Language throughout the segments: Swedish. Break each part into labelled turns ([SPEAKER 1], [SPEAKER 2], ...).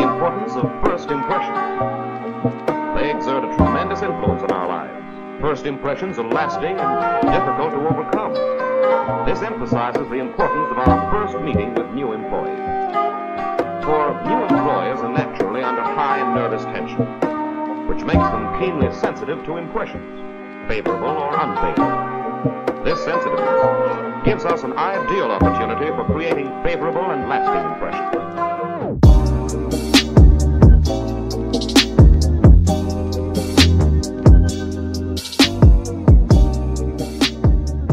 [SPEAKER 1] importance of first impressions. They exert a tremendous influence on our lives. First impressions are lasting and difficult to overcome. This emphasizes the importance of our first meeting with new employees. For new employers are naturally under high nervous tension, which makes them keenly sensitive to impressions, favorable or unfavorable. This sensitiveness gives us an ideal opportunity for creating favorable and lasting impressions.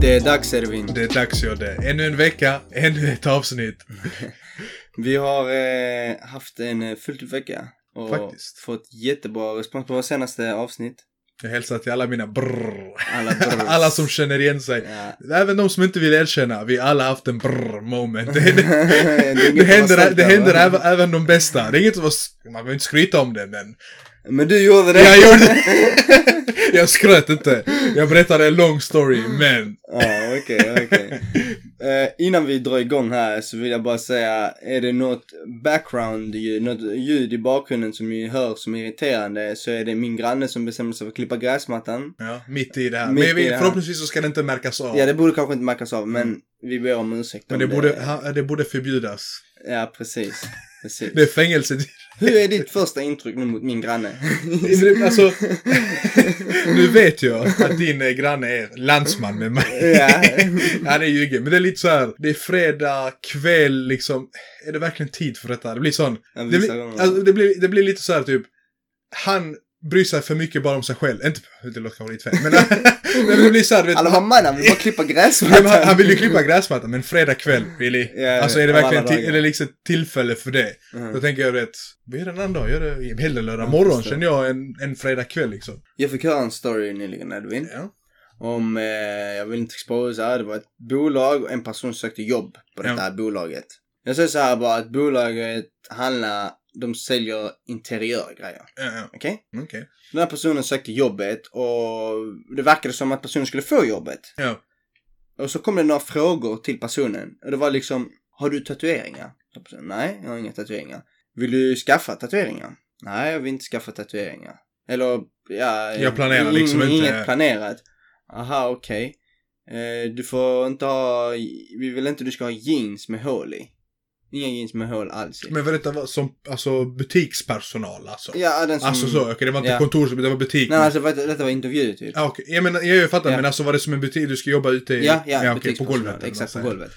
[SPEAKER 2] Det är dags Edvin.
[SPEAKER 3] Det är dags ja det. Ännu en vecka, ännu ett avsnitt.
[SPEAKER 2] Vi har eh, haft en eh, fullt ut vecka. Och
[SPEAKER 3] Faktiskt.
[SPEAKER 2] fått jättebra respons på våra senaste avsnitt.
[SPEAKER 3] Jag hälsar till alla mina brrr.
[SPEAKER 2] Alla brrrs.
[SPEAKER 3] Alla som känner igen sig.
[SPEAKER 2] Ja.
[SPEAKER 3] Även de som inte vill erkänna. Vi alla haft en brrr moment. Det, det,
[SPEAKER 2] Det är inget att
[SPEAKER 3] det
[SPEAKER 2] vara
[SPEAKER 3] händer,
[SPEAKER 2] stolt
[SPEAKER 3] det
[SPEAKER 2] över.
[SPEAKER 3] händer även, även de bästa. Det är inget att vara, s- man behöver inte skryta om det men.
[SPEAKER 2] Men du gjorde det!
[SPEAKER 3] Jag gjorde Jag skröt inte. Jag berättade en lång story men.
[SPEAKER 2] Ja, Ah, okej, okej. Eh, Innan vi drar igång här så vill jag bara säga, är det något background ljud, något ljud i bakgrunden som ni hör som är irriterande så är det min granne som bestämmer sig för att klippa gräsmattan.
[SPEAKER 3] Ja, mitt i det här.
[SPEAKER 2] Mitt
[SPEAKER 3] men
[SPEAKER 2] i
[SPEAKER 3] vi,
[SPEAKER 2] det här.
[SPEAKER 3] förhoppningsvis så ska det inte märkas av.
[SPEAKER 2] Ja, det borde kanske inte märkas av men vi ber om ursäkt
[SPEAKER 3] men
[SPEAKER 2] om
[SPEAKER 3] det borde, ha- det borde förbjudas.
[SPEAKER 2] Ja, precis. precis.
[SPEAKER 3] Det är fängelse.
[SPEAKER 2] Hur är ditt första intryck nu mot min granne?
[SPEAKER 3] Alltså, nu vet jag att din eh, granne är landsman med mig.
[SPEAKER 2] Ja.
[SPEAKER 3] Han är ljugen, men det är lite så här. det är fredag kväll liksom. Är det verkligen tid för detta? Det blir sån.
[SPEAKER 2] Ja,
[SPEAKER 3] Det
[SPEAKER 2] vissa
[SPEAKER 3] blir,
[SPEAKER 2] gånger.
[SPEAKER 3] alltså, det blir, det blir lite så här typ. Han bryr sig för mycket bara om sig själv. Inte, det låter kanske lite fel, men, men det blir så här, du vet,
[SPEAKER 2] Alla bara mannen, vi bara klippa
[SPEAKER 3] Ja,
[SPEAKER 2] gräsmattan.
[SPEAKER 3] men han, han vill ju klippa gräsmattan, men fredag kväll, Billy.
[SPEAKER 2] Ja, jag
[SPEAKER 3] alltså är
[SPEAKER 2] vet.
[SPEAKER 3] det
[SPEAKER 2] Av
[SPEAKER 3] verkligen
[SPEAKER 2] alla
[SPEAKER 3] ti-
[SPEAKER 2] dagar.
[SPEAKER 3] är det liksom ett tillfälle för det?
[SPEAKER 2] Mm.
[SPEAKER 3] Då tänker jag vet, vad är det en annan dag? Gör det i- hellre lördag
[SPEAKER 2] Ja,
[SPEAKER 3] morgon,
[SPEAKER 2] förstår.
[SPEAKER 3] känner jag, en, en fredag kväll liksom.
[SPEAKER 2] Jag fick höra en story nyligen Edvin.
[SPEAKER 3] Ja.
[SPEAKER 2] Om, eh, jag vill inte exposa, det var ett bolag och en person sökte jobb på det
[SPEAKER 3] Ja.
[SPEAKER 2] här bolaget. Jag säger så här bara att bolaget handlar, de säljer interiörgrejer.
[SPEAKER 3] Ja, ja.
[SPEAKER 2] Okej?
[SPEAKER 3] Okej.
[SPEAKER 2] Den här personen sökte jobbet och det verkade som att personen skulle få jobbet.
[SPEAKER 3] Ja.
[SPEAKER 2] Och så kom det några frågor till personen. Och det var liksom, har du tatueringar? Och personen, Nej, jag har inga tatueringar. Vill du skaffa tatueringar? Nej, jag vill inte skaffa tatueringar. Eller, ja. eh,
[SPEAKER 3] Jag planerar liksom inte.
[SPEAKER 2] Inget planerat. Aha, okej. Eh, du får inte ha, vi vill inte du ska ha jeans med hål i. Inga jeans med hål alls i.
[SPEAKER 3] Men var detta var som, alltså butikspersonal alltså?
[SPEAKER 2] Typ. ja, den som...
[SPEAKER 3] Alltså så, okej det var inte
[SPEAKER 2] ja.
[SPEAKER 3] kontors, det var butik.
[SPEAKER 2] Nej, alltså vet du, detta var intervju typ.
[SPEAKER 3] Ah, okej. Jag menar, jag fattar,
[SPEAKER 2] Ja.
[SPEAKER 3] men alltså var det som en butik, du ska jobba ute i...
[SPEAKER 2] Ja, ja,
[SPEAKER 3] okej, på
[SPEAKER 2] butikspersonal.
[SPEAKER 3] golvet. eller
[SPEAKER 2] Exakt, på
[SPEAKER 3] vad
[SPEAKER 2] golvet.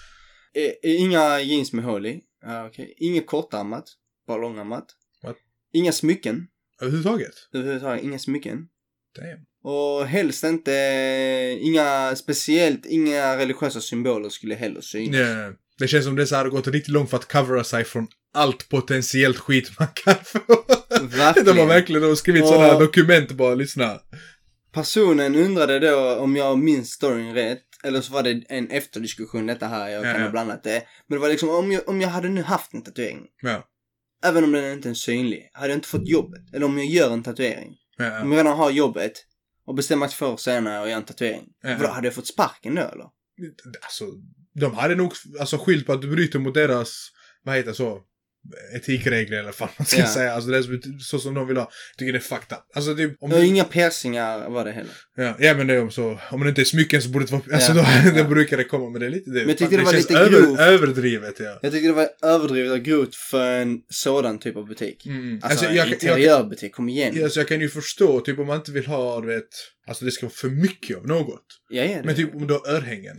[SPEAKER 2] Eh, eh, Inga jeans med hål i. Ja, okej. Inget kortärmat. Bara långärmat.
[SPEAKER 3] What?
[SPEAKER 2] Inga smycken.
[SPEAKER 3] Överhuvudtaget?
[SPEAKER 2] Överhuvudtaget inga smycken.
[SPEAKER 3] Damn.
[SPEAKER 2] Och helst inte, eh, inga speciellt, inga religiösa symboler skulle heller synas.
[SPEAKER 3] Ja. Det känns som det så här har gått riktigt långt för att covera sig från allt potentiellt skit man kan få. De har verkligen de har skrivit
[SPEAKER 2] Och-
[SPEAKER 3] sådana här dokument bara, lyssna.
[SPEAKER 2] Personen undrade då om jag minns storyn rätt. Eller så var det en efterdiskussion detta här, jag
[SPEAKER 3] Ja,
[SPEAKER 2] kan
[SPEAKER 3] ja.
[SPEAKER 2] ha blandat det. Men det var liksom om jag, om jag hade nu haft en tatuering.
[SPEAKER 3] Ja.
[SPEAKER 2] Även om den inte är synlig. Hade jag inte fått jobbet. Eller om jag gör en tatuering.
[SPEAKER 3] Ja,
[SPEAKER 2] Om jag redan har jobbet och bestämmer sig för senare och gör en tatuering.
[SPEAKER 3] Ja.
[SPEAKER 2] Vadå, hade jag fått sparken då eller?
[SPEAKER 3] Alltså, de hade nog alltså, skylt på att du bryter mot deras, vad heter så, etikregler eller vad man ska
[SPEAKER 2] Ja.
[SPEAKER 3] säga. Alltså det är så, så som de vill ha. Jag tycker det är fucked up. Alltså typ, om
[SPEAKER 2] Och
[SPEAKER 3] du,
[SPEAKER 2] inga piercingar var det heller.
[SPEAKER 3] ja, ja men det är om så, om det inte är smycken så borde det vara, alltså
[SPEAKER 2] Ja.
[SPEAKER 3] då,
[SPEAKER 2] Ja.
[SPEAKER 3] då brukar det komma, men det är lite det.
[SPEAKER 2] jag tyckte det var
[SPEAKER 3] känns
[SPEAKER 2] lite grovt.
[SPEAKER 3] överdrivet ja.
[SPEAKER 2] Jag tyckte det var överdrivet och grovt för en sådan typ av butik.
[SPEAKER 3] Mm.
[SPEAKER 2] Alltså,
[SPEAKER 3] jag,
[SPEAKER 2] en
[SPEAKER 3] jag,
[SPEAKER 2] interiörbutik, kom igen.
[SPEAKER 3] jag, alltså jag kan ju förstå, typ om man inte vill ha, du vet, alltså det ska vara för mycket av något.
[SPEAKER 2] ja, ja, det-
[SPEAKER 3] Men typ om du har örhängen.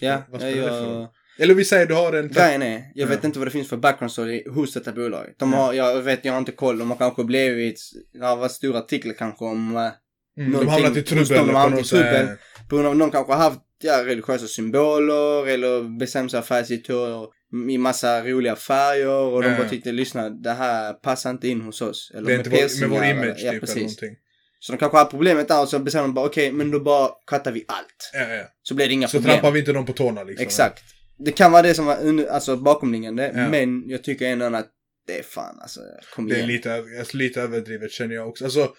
[SPEAKER 2] Ja,
[SPEAKER 3] Vad
[SPEAKER 2] ja,
[SPEAKER 3] spelar det för roll?
[SPEAKER 2] jag,
[SPEAKER 3] Eller vi säger du har en...
[SPEAKER 2] grejen är, jag vet
[SPEAKER 3] Ja.
[SPEAKER 2] inte vad det finns för background story hos detta bolag. De
[SPEAKER 3] Ja.
[SPEAKER 2] har, jag vet, jag har inte koll, de har kanske blivit, det har varit stora artiklar kanske om, eh,
[SPEAKER 3] Mm, de
[SPEAKER 2] någonting
[SPEAKER 3] har hamnat i
[SPEAKER 2] hos dem,
[SPEAKER 3] trubbel
[SPEAKER 2] de
[SPEAKER 3] på
[SPEAKER 2] har hamnat i
[SPEAKER 3] något sätt.
[SPEAKER 2] trubbel. på grund av någon kanske har haft, ja, religiösa symboler eller bestämt sig för sitt hår i massa roliga färger och de
[SPEAKER 3] Ja,
[SPEAKER 2] bara
[SPEAKER 3] ja.
[SPEAKER 2] tyckte, lyssna, det här passar inte in hos oss. Eller
[SPEAKER 3] Det är inte vår, med vår
[SPEAKER 2] piercingar
[SPEAKER 3] image
[SPEAKER 2] eller, ja,
[SPEAKER 3] typ eller
[SPEAKER 2] precis.
[SPEAKER 3] någonting.
[SPEAKER 2] Så de kanske har problemet där och så bestämmer de bara okej, men då bara cuttar vi allt.
[SPEAKER 3] Ja, ja.
[SPEAKER 2] Så blir det inga
[SPEAKER 3] Så
[SPEAKER 2] problem.
[SPEAKER 3] trampar vi inte dem på tårna liksom.
[SPEAKER 2] Exakt. Det kan vara det som var under, alltså bakomliggande,
[SPEAKER 3] Ja.
[SPEAKER 2] men jag tycker ändå att det är fan alltså, kom
[SPEAKER 3] Det är
[SPEAKER 2] igen.
[SPEAKER 3] lite, över- alltså, lite överdrivet känner jag också. Alltså,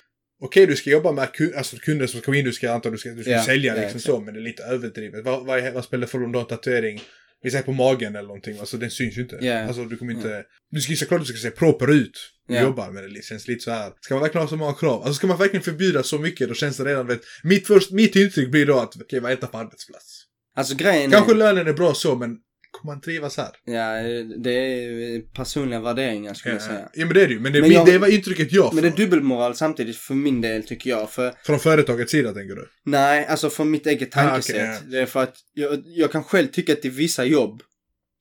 [SPEAKER 3] okej du ska jobba med ku- alltså, kunder som kommer in, du ska anta du ska, du ska
[SPEAKER 2] Ja,
[SPEAKER 3] sälja
[SPEAKER 2] ja,
[SPEAKER 3] liksom
[SPEAKER 2] exakt.
[SPEAKER 3] så, men det är lite överdrivet. Vad, vad, vad spelar det för roll om du har en tatuering? Vi säger på magen eller någonting, alltså den syns ju inte.
[SPEAKER 2] Ja. Mm.
[SPEAKER 3] Alltså du kommer inte... Du ska såklart du ska se proper ut. och
[SPEAKER 2] Ja.
[SPEAKER 3] jobbar med det. Det känns lite så här. Ska man verkligen ha så många krav? Alltså ska man verkligen förbjuda så mycket då känns det redan vet. Mitt, först, mitt intryck blir då att okej, vad heter på arbetsplats?
[SPEAKER 2] Alltså grejen
[SPEAKER 3] Kanske
[SPEAKER 2] är...
[SPEAKER 3] lönen är bra så men kommer man trivas här?
[SPEAKER 2] Ja, det är personliga värderingar skulle jag säga.
[SPEAKER 3] Ja men det är det ju. Men det, är
[SPEAKER 2] Men
[SPEAKER 3] min-
[SPEAKER 2] jag-
[SPEAKER 3] det var intrycket jag får.
[SPEAKER 2] Men det är dubbelmoral samtidigt för min del tycker jag. För
[SPEAKER 3] Från företagets sida tänker du?
[SPEAKER 2] Nej, alltså från mitt eget
[SPEAKER 3] Ah, okej,
[SPEAKER 2] tankesätt.
[SPEAKER 3] ja.
[SPEAKER 2] Det är för att jag, jag kan själv tycka att i vissa jobb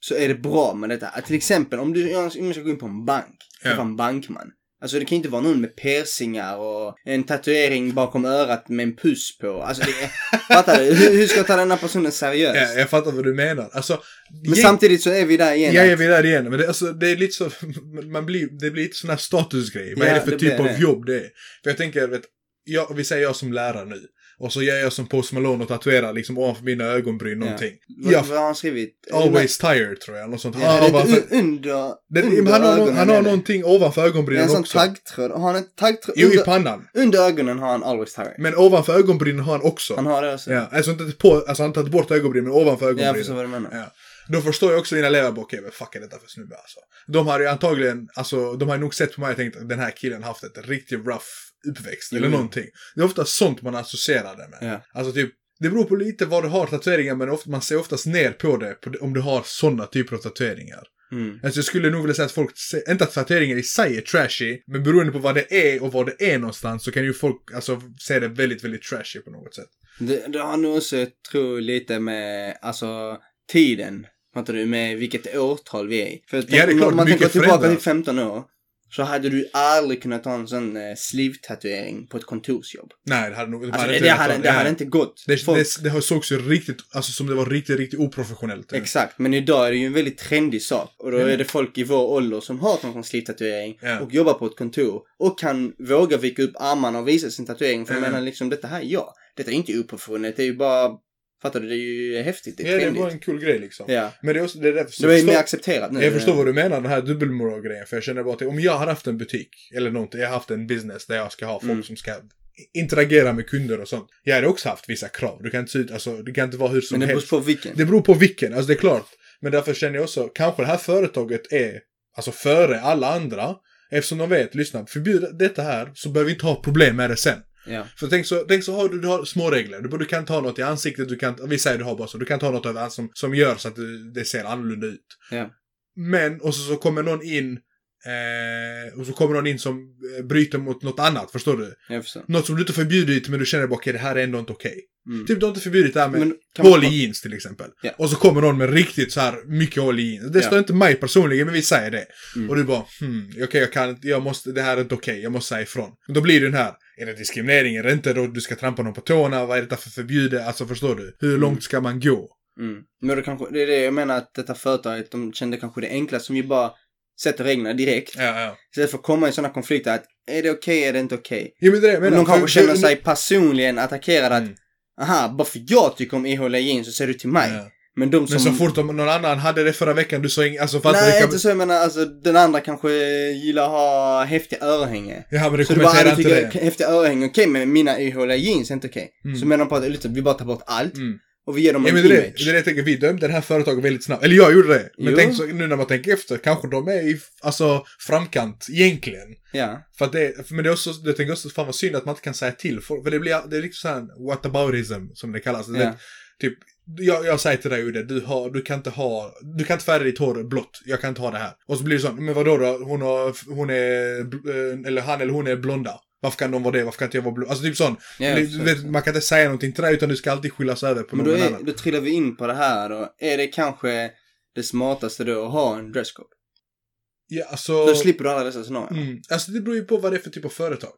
[SPEAKER 2] så är det bra med detta. Att till exempel om du om jag ska gå in på en bank,
[SPEAKER 3] Ja.
[SPEAKER 2] träffa en bankman. Alltså det kan inte vara någon med piercingar och en tatuering bakom örat med en puss på. Alltså det är, fattar du? Hur, hur ska jag ta den här personen seriöst?
[SPEAKER 3] Ja, jag fattar vad du menar. Alltså,
[SPEAKER 2] Men
[SPEAKER 3] gäng-
[SPEAKER 2] samtidigt så är vi där igen.
[SPEAKER 3] Ja,
[SPEAKER 2] att-
[SPEAKER 3] jag är där igen. Men det, alltså, det är lite så, man blir, det blir lite sån här statusgrej. Vad
[SPEAKER 2] Ja,
[SPEAKER 3] är det för
[SPEAKER 2] det
[SPEAKER 3] typ
[SPEAKER 2] blir
[SPEAKER 3] av
[SPEAKER 2] det.
[SPEAKER 3] jobb det är? För jag tänker, vet, jag, vi säger jag som lärare nu. Och så gör jag som Post Malone och tatuerar liksom ovanför mina ögonbryn någonting.
[SPEAKER 2] vad,
[SPEAKER 3] Ja.
[SPEAKER 2] vad har han skrivit?
[SPEAKER 3] Always tired tror jag, något sånt.
[SPEAKER 2] Ja,
[SPEAKER 3] ah,
[SPEAKER 2] det är
[SPEAKER 3] ovanför,
[SPEAKER 2] inte un- under,
[SPEAKER 3] det, men
[SPEAKER 2] under
[SPEAKER 3] han, har, nå- han har
[SPEAKER 2] är det.
[SPEAKER 3] någonting ovanför
[SPEAKER 2] Det är en
[SPEAKER 3] ögonbrynen
[SPEAKER 2] sån
[SPEAKER 3] också.
[SPEAKER 2] taggtråd. Har han en taggtråd?
[SPEAKER 3] Jo, i
[SPEAKER 2] Under,
[SPEAKER 3] pannan.
[SPEAKER 2] under ögonen har han always tired.
[SPEAKER 3] Men ovanför ögonbrynen har han också.
[SPEAKER 2] Han har det också?
[SPEAKER 3] ja, alltså, inte på, alltså han har tagit bort ögonbrynen, men ovanför
[SPEAKER 2] Ja, jag förstår
[SPEAKER 3] ögonbrynen.
[SPEAKER 2] vad du menar.
[SPEAKER 3] Ja. Då förstår jag också mina elever, bara, okej vad fuck är detta för snubbe alltså. De har ju antagligen, alltså de har nog sett på mig och tänkt att den här killen haft ett riktigt rough uppväxt eller
[SPEAKER 2] Mm.
[SPEAKER 3] någonting. Det är ofta sånt man associerar det med.
[SPEAKER 2] Ja.
[SPEAKER 3] Alltså typ, det beror på lite vad du har tatueringar men ofta, man ser oftast ner på det på, om du har sådana typer av tatueringar.
[SPEAKER 2] Mm.
[SPEAKER 3] Alltså jag skulle nog vilja säga att folk, se- inte att tatueringar i sig är trashy, men beroende på vad det är och var det är någonstans så kan ju folk alltså se det väldigt, väldigt trashy på något sätt.
[SPEAKER 2] Det, det har nog också, tror lite med, alltså, tiden. Fattar du? Med vilket årtal vi är i. För
[SPEAKER 3] det är
[SPEAKER 2] tänk-
[SPEAKER 3] klart,
[SPEAKER 2] om man
[SPEAKER 3] mycket
[SPEAKER 2] tänker tillbaka till
[SPEAKER 3] förändras.
[SPEAKER 2] 15 år. Så hade du aldrig kunnat ha en sån eh, sleeve-tatuering på ett kontorsjobb.
[SPEAKER 3] Nej, det hade nog... de
[SPEAKER 2] Alltså, det,
[SPEAKER 3] inte
[SPEAKER 2] det,
[SPEAKER 3] velat
[SPEAKER 2] hade,
[SPEAKER 3] ha
[SPEAKER 2] det hade
[SPEAKER 3] Ja.
[SPEAKER 2] inte gått.
[SPEAKER 3] Det,
[SPEAKER 2] Folk-
[SPEAKER 3] det, det har sågs ju riktigt, alltså som det var riktigt, riktigt oprofessionellt.
[SPEAKER 2] Exakt, men idag är det ju en väldigt trendig sak. Och då är det folk i vår ålder som har någon sleeve-tatuering
[SPEAKER 3] Mm. Ja.
[SPEAKER 2] och jobbar på ett kontor. Och kan våga vika upp armarna och visa sin tatuering. För jag
[SPEAKER 3] Ja.
[SPEAKER 2] menar liksom, detta här är jag. Detta är inte oprofessionellt, det är ju bara... Fattar du? Det är ju häftigt, det är
[SPEAKER 3] ja, det
[SPEAKER 2] trendigt.
[SPEAKER 3] var en kul grej liksom.
[SPEAKER 2] Ja.
[SPEAKER 3] Men det är också, det är därför, så
[SPEAKER 2] Det är
[SPEAKER 3] förstår-
[SPEAKER 2] mer accepterat nu.
[SPEAKER 3] jag förstår vad du menar, den här dubbelmoral-grejen. För jag känner bara att om jag hade haft en butik, eller någonting, jag har haft en business där jag ska ha folk
[SPEAKER 2] Mm.
[SPEAKER 3] som ska interagera med kunder och sånt. Jag hade också haft vissa krav. Du kan inte, se ut- alltså, det kan inte vara hur som
[SPEAKER 2] Men det beror
[SPEAKER 3] helst.
[SPEAKER 2] på vilken.
[SPEAKER 3] Det beror på vilken, alltså det är klart. Men därför känner jag också, kanske det här företaget är alltså före alla andra. Eftersom de vet, lyssna, förbjud detta här så behöver vi inte ha problem med det sen.
[SPEAKER 2] Ja.
[SPEAKER 3] För tänk så, tänk så har du, du har små regler. Du, du kan ta något i ansiktet, du kan, vi säger du har bara så, du kan ta något över som, som gör så att det, det ser annorlunda ut.
[SPEAKER 2] Ja.
[SPEAKER 3] Men, och så, så kommer någon in, eh, och så kommer någon in som eh, bryter mot något annat, förstår du?
[SPEAKER 2] Jag förstår.
[SPEAKER 3] Något som du inte förbjudit, men du känner bara okej, det här är ändå inte okej.
[SPEAKER 2] Mm.
[SPEAKER 3] Typ du har inte förbjudit det här med
[SPEAKER 2] Men kan man-
[SPEAKER 3] hål i jeans till exempel.
[SPEAKER 2] Ja.
[SPEAKER 3] Och så kommer någon med riktigt så här mycket hål i jeans. Det
[SPEAKER 2] Ja.
[SPEAKER 3] står inte mig personligen, men vi säger det.
[SPEAKER 2] Mm.
[SPEAKER 3] Och du bara, hmm, okej jag kan inte- jag måste, det här är inte okej, jag måste säga ifrån. Men då blir det den här, är det diskriminering, är det inte då du ska trampa någon på tårna, vad är detta för förbjudet, alltså förstår du? Hur långt ska man gå?
[SPEAKER 2] Mm. Men det, kanske, det är det jag menar att detta företaget, de kände kanske det enklaste som ju bara sätter reglerna direkt.
[SPEAKER 3] Ja, ja.
[SPEAKER 2] Istället för att komma i sådana konflikter att är det okej, är det inte okej?
[SPEAKER 3] Jo men det är det jag
[SPEAKER 2] Men
[SPEAKER 3] menar.
[SPEAKER 2] de
[SPEAKER 3] För-
[SPEAKER 2] kanske känner
[SPEAKER 3] för-
[SPEAKER 2] sig personligen attackerad att
[SPEAKER 3] Mm.
[SPEAKER 2] aha, bara för jag tycker om ihåliga jeans så säger du till mig.
[SPEAKER 3] Ja.
[SPEAKER 2] Men de som...
[SPEAKER 3] Men så fort de, någon annan hade det förra veckan, du sa inget, alltså fattar du?
[SPEAKER 2] Nej,
[SPEAKER 3] Det kan-
[SPEAKER 2] inte så. Jag menar alltså, den andra kanske gillar att ha häftiga örhängen.
[SPEAKER 3] Ja men det
[SPEAKER 2] Så det bara, "Ah,
[SPEAKER 3] kommenterar
[SPEAKER 2] du
[SPEAKER 3] inte
[SPEAKER 2] tycker
[SPEAKER 3] det.
[SPEAKER 2] häftiga örhängen, okej, men mina ihåliga jeans är inte okej.
[SPEAKER 3] Mm.
[SPEAKER 2] Så menar de på att liksom, vi bara tar bort allt
[SPEAKER 3] Mm.
[SPEAKER 2] och vi ger dem
[SPEAKER 3] Ja,
[SPEAKER 2] en
[SPEAKER 3] men det, är det,
[SPEAKER 2] image.
[SPEAKER 3] det är det jag tänker, vi dömde det här företaget väldigt snabbt. Eller jag gjorde det. Men
[SPEAKER 2] Jo.
[SPEAKER 3] tänk så, nu när man tänker efter, kanske de är i alltså, framkant egentligen.
[SPEAKER 2] Ja.
[SPEAKER 3] För att det, för- men det är också, jag tänker också, fan vad synd att man inte kan säga till folk. För det blir, det är riktigt såhär whataboutism som det kallas. Det,
[SPEAKER 2] Ja.
[SPEAKER 3] Typ, jag, jag säger till dig Ude, du, har, du kan inte ha, du kan inte färga ditt hår blått. Jag kan inte ha det här. Och så blir det så, men vadå då? Hon, har, hon är, bl- eh, eller han eller hon är blonda. Varför kan de vara det? Varför kan inte jag vara blond? Alltså typ sån.
[SPEAKER 2] Ja, jag
[SPEAKER 3] Det-
[SPEAKER 2] förstår.
[SPEAKER 3] du vet, man kan inte säga någonting till dig utan du ska alltid skyllas över på
[SPEAKER 2] men då,
[SPEAKER 3] någon
[SPEAKER 2] är,
[SPEAKER 3] annan.
[SPEAKER 2] då trillar vi in på det här då. Är det kanske det smartaste då att ha en dresscode?
[SPEAKER 3] Ja,
[SPEAKER 2] Då
[SPEAKER 3] alltså...
[SPEAKER 2] slipper du alla dessa scenarier.
[SPEAKER 3] Mm. Alltså det beror ju på vad det är för typ av företag.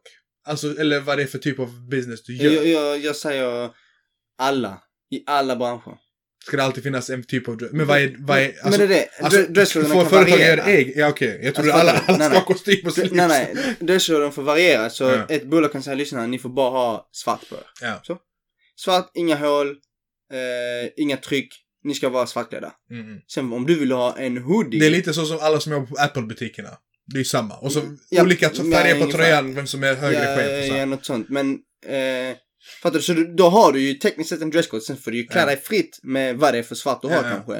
[SPEAKER 3] Alltså, eller vad det är för typ av business du
[SPEAKER 2] Jag,
[SPEAKER 3] gör.
[SPEAKER 2] jag, jag säger alla. I alla branscher.
[SPEAKER 3] Ska det alltid finnas en typ av dress? Men vad är... Vad är alltså,
[SPEAKER 2] men det är det.
[SPEAKER 3] alltså,
[SPEAKER 2] Alltså, dresscoden
[SPEAKER 3] får
[SPEAKER 2] kan
[SPEAKER 3] företag
[SPEAKER 2] variera.
[SPEAKER 3] göra ägg? Ja okej, jag trodde
[SPEAKER 2] Alltså,
[SPEAKER 3] alla,
[SPEAKER 2] fattar du? Nej,
[SPEAKER 3] alla ska
[SPEAKER 2] nej.
[SPEAKER 3] ha kostym och slips.
[SPEAKER 2] Nej, nej. Dresscoden får variera. Så
[SPEAKER 3] Ja.
[SPEAKER 2] ett bolag kan säga lyssna, ni får bara ha svart på er.
[SPEAKER 3] Ja.
[SPEAKER 2] Så. Svart, inga hål, eh, inga tryck. Ni ska vara svartklädda.
[SPEAKER 3] Mm, mm.
[SPEAKER 2] Sen om du vill ha en hoodie.
[SPEAKER 3] Det är lite så som alla som jobbar på Apple-butikerna. Det är ju samma. Och så
[SPEAKER 2] Mm. Ja,
[SPEAKER 3] olika t-
[SPEAKER 2] men
[SPEAKER 3] färger på
[SPEAKER 2] ungefär.
[SPEAKER 3] tröjan, vem som är högre
[SPEAKER 2] ja,
[SPEAKER 3] chef och så
[SPEAKER 2] ja,
[SPEAKER 3] här.
[SPEAKER 2] något sånt. Men, eh, fattar du? Så du, då har du ju tekniskt sett en dresscode. Sen får du ju klä
[SPEAKER 3] Ja.
[SPEAKER 2] dig fritt med vad det är för svart du har
[SPEAKER 3] Ja, ja.
[SPEAKER 2] kanske.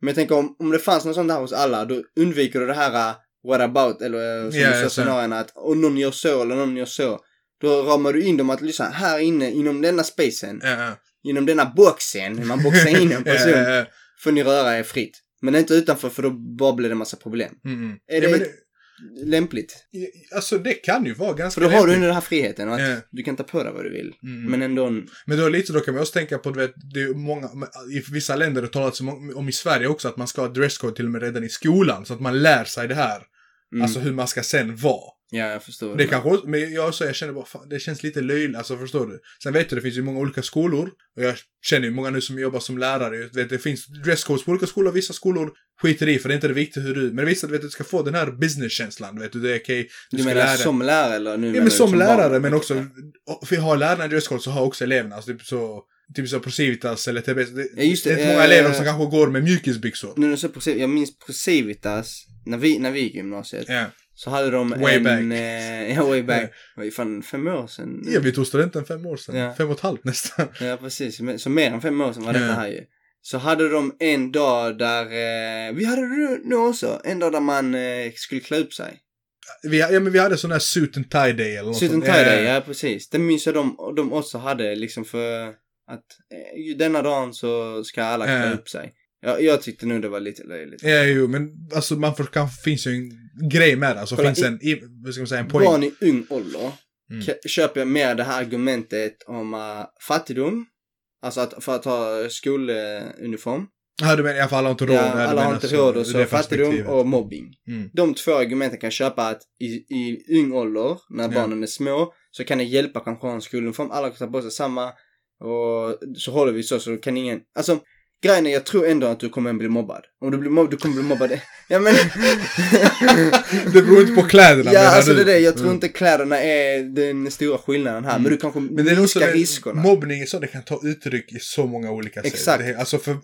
[SPEAKER 2] Men jag tänker om, om det fanns något sånt där hos alla, då undviker du det här eh, what about eller eh, som
[SPEAKER 3] Ja,
[SPEAKER 2] du sa
[SPEAKER 3] jag ser.
[SPEAKER 2] scenarierna att om någon gör så eller någon gör så. Då ramar du in dem att lyssna här inne inom denna spacen,
[SPEAKER 3] Ja, ja.
[SPEAKER 2] inom denna boxen, man boxar in en person,
[SPEAKER 3] Ja, ja, ja.
[SPEAKER 2] får ni röra er fritt. Men inte utanför för då bara blir det en massa problem.
[SPEAKER 3] Mm, mm.
[SPEAKER 2] Är
[SPEAKER 3] Ja,
[SPEAKER 2] det-
[SPEAKER 3] men det-
[SPEAKER 2] Lämpligt.
[SPEAKER 3] Alltså det kan ju vara ganska
[SPEAKER 2] För då har du
[SPEAKER 3] lämpligt.
[SPEAKER 2] ändå den här friheten och att
[SPEAKER 3] Ja.
[SPEAKER 2] du kan ta på dig vad du vill.
[SPEAKER 3] Mm.
[SPEAKER 2] Men ändå en...
[SPEAKER 3] Men då lite, då kan man också tänka på, du vet, det är ju många, i vissa länder det talas om, om i Sverige också, att man ska ha dresscode till och med redan i skolan, så att man lär sig det här.
[SPEAKER 2] Mm.
[SPEAKER 3] Alltså hur man ska sen vara.
[SPEAKER 2] ja, jag förstår.
[SPEAKER 3] Det kanske, också- men jag, så, jag känner bara, fan, det känns lite löjligt, alltså förstår du? Sen vet du, det finns ju många olika skolor, och jag känner ju många nu som jobbar som lärare, du vet, det finns dresscodes på olika skolor, vissa skolor skiter i, för det är inte det viktiga hur du, men vissa, du vet, du ska få den här businesskänslan, vet du, det är okej,
[SPEAKER 2] Du,
[SPEAKER 3] ska
[SPEAKER 2] menar
[SPEAKER 3] lära-
[SPEAKER 2] som lärare eller nu menar
[SPEAKER 3] Ja, men
[SPEAKER 2] du liksom
[SPEAKER 3] som lärare,
[SPEAKER 2] barn?
[SPEAKER 3] men också... och- För har lärarna dresscode så har också eleverna. Alltså, typ så... Typ så på Civitas eller TBS. Det,
[SPEAKER 2] Ja, just det,
[SPEAKER 3] det är inte många
[SPEAKER 2] eh,
[SPEAKER 3] elever som kanske går med mjukisbyxor.
[SPEAKER 2] Nu när du sa på Civ- jag minns på Civitas, när vi, när vi gick i gymnasiet,
[SPEAKER 3] Ja.
[SPEAKER 2] så hade de
[SPEAKER 3] Way
[SPEAKER 2] en...
[SPEAKER 3] back.
[SPEAKER 2] Eh, ja, way Mm, back. Det var ju fan fem år sedan.
[SPEAKER 3] ja, vi tog studenten fem år sedan.
[SPEAKER 2] Ja.
[SPEAKER 3] Fem och ett halvt nästan.
[SPEAKER 2] Ja, precis. Men- Så mer än fem år sedan var detta
[SPEAKER 3] Ja.
[SPEAKER 2] här ju. Så hade de en dag där, eh, vi hade det nu också, en dag där man eh, skulle klä upp sig.
[SPEAKER 3] Vi, ja, men vi hade sån här suit and tie day eller något
[SPEAKER 2] Suit and
[SPEAKER 3] sånt.
[SPEAKER 2] tie
[SPEAKER 3] Ja,
[SPEAKER 2] day, ja precis. Det minns jag de, de också hade liksom för att eh, ju denna dagen så ska alla klä
[SPEAKER 3] Ja.
[SPEAKER 2] upp sig. Jag, jag tyckte nog det var lite löjligt.
[SPEAKER 3] Ja, jo, men alltså man får, kan, finns ju en grej med det. Alltså
[SPEAKER 2] Kolla,
[SPEAKER 3] finns
[SPEAKER 2] i-
[SPEAKER 3] en, i, vad ska man säga, en poäng.
[SPEAKER 2] Barn i ung ålder
[SPEAKER 3] Mm.
[SPEAKER 2] k- köper jag mer det här argumentet om eh, fattigdom. Alltså att, för att ha skoluniform.
[SPEAKER 3] Ja, du menar, ja, för alla har inte råd. ja, du
[SPEAKER 2] alla
[SPEAKER 3] menar
[SPEAKER 2] har inte råd och
[SPEAKER 3] det
[SPEAKER 2] så fattigdom
[SPEAKER 3] perspektivet.
[SPEAKER 2] och mobbing.
[SPEAKER 3] Mm.
[SPEAKER 2] De två argumenten kan jag köpa att i, i ung ålder, när
[SPEAKER 3] Ja.
[SPEAKER 2] barnen är små, så kan det hjälpa kanske att ha en skoluniform. Alla kan ta på sig samma. Och så håller vi så, så kan ingen... Alltså, grejen är jag tror ändå att du kommer bli mobbad. Om du blir mobbad, du kommer bli mobbad. Ja men...
[SPEAKER 3] Det beror inte på kläderna
[SPEAKER 2] Ja,
[SPEAKER 3] menar
[SPEAKER 2] alltså det
[SPEAKER 3] du?
[SPEAKER 2] är det. Jag
[SPEAKER 3] Mm.
[SPEAKER 2] tror inte kläderna är den stora skillnaden här. Men du kanske
[SPEAKER 3] Men det är också
[SPEAKER 2] minskar
[SPEAKER 3] det,
[SPEAKER 2] riskerna.
[SPEAKER 3] mobbning är så, det kan ta uttryck i så många olika sätt.
[SPEAKER 2] Exakt.
[SPEAKER 3] Det är, alltså för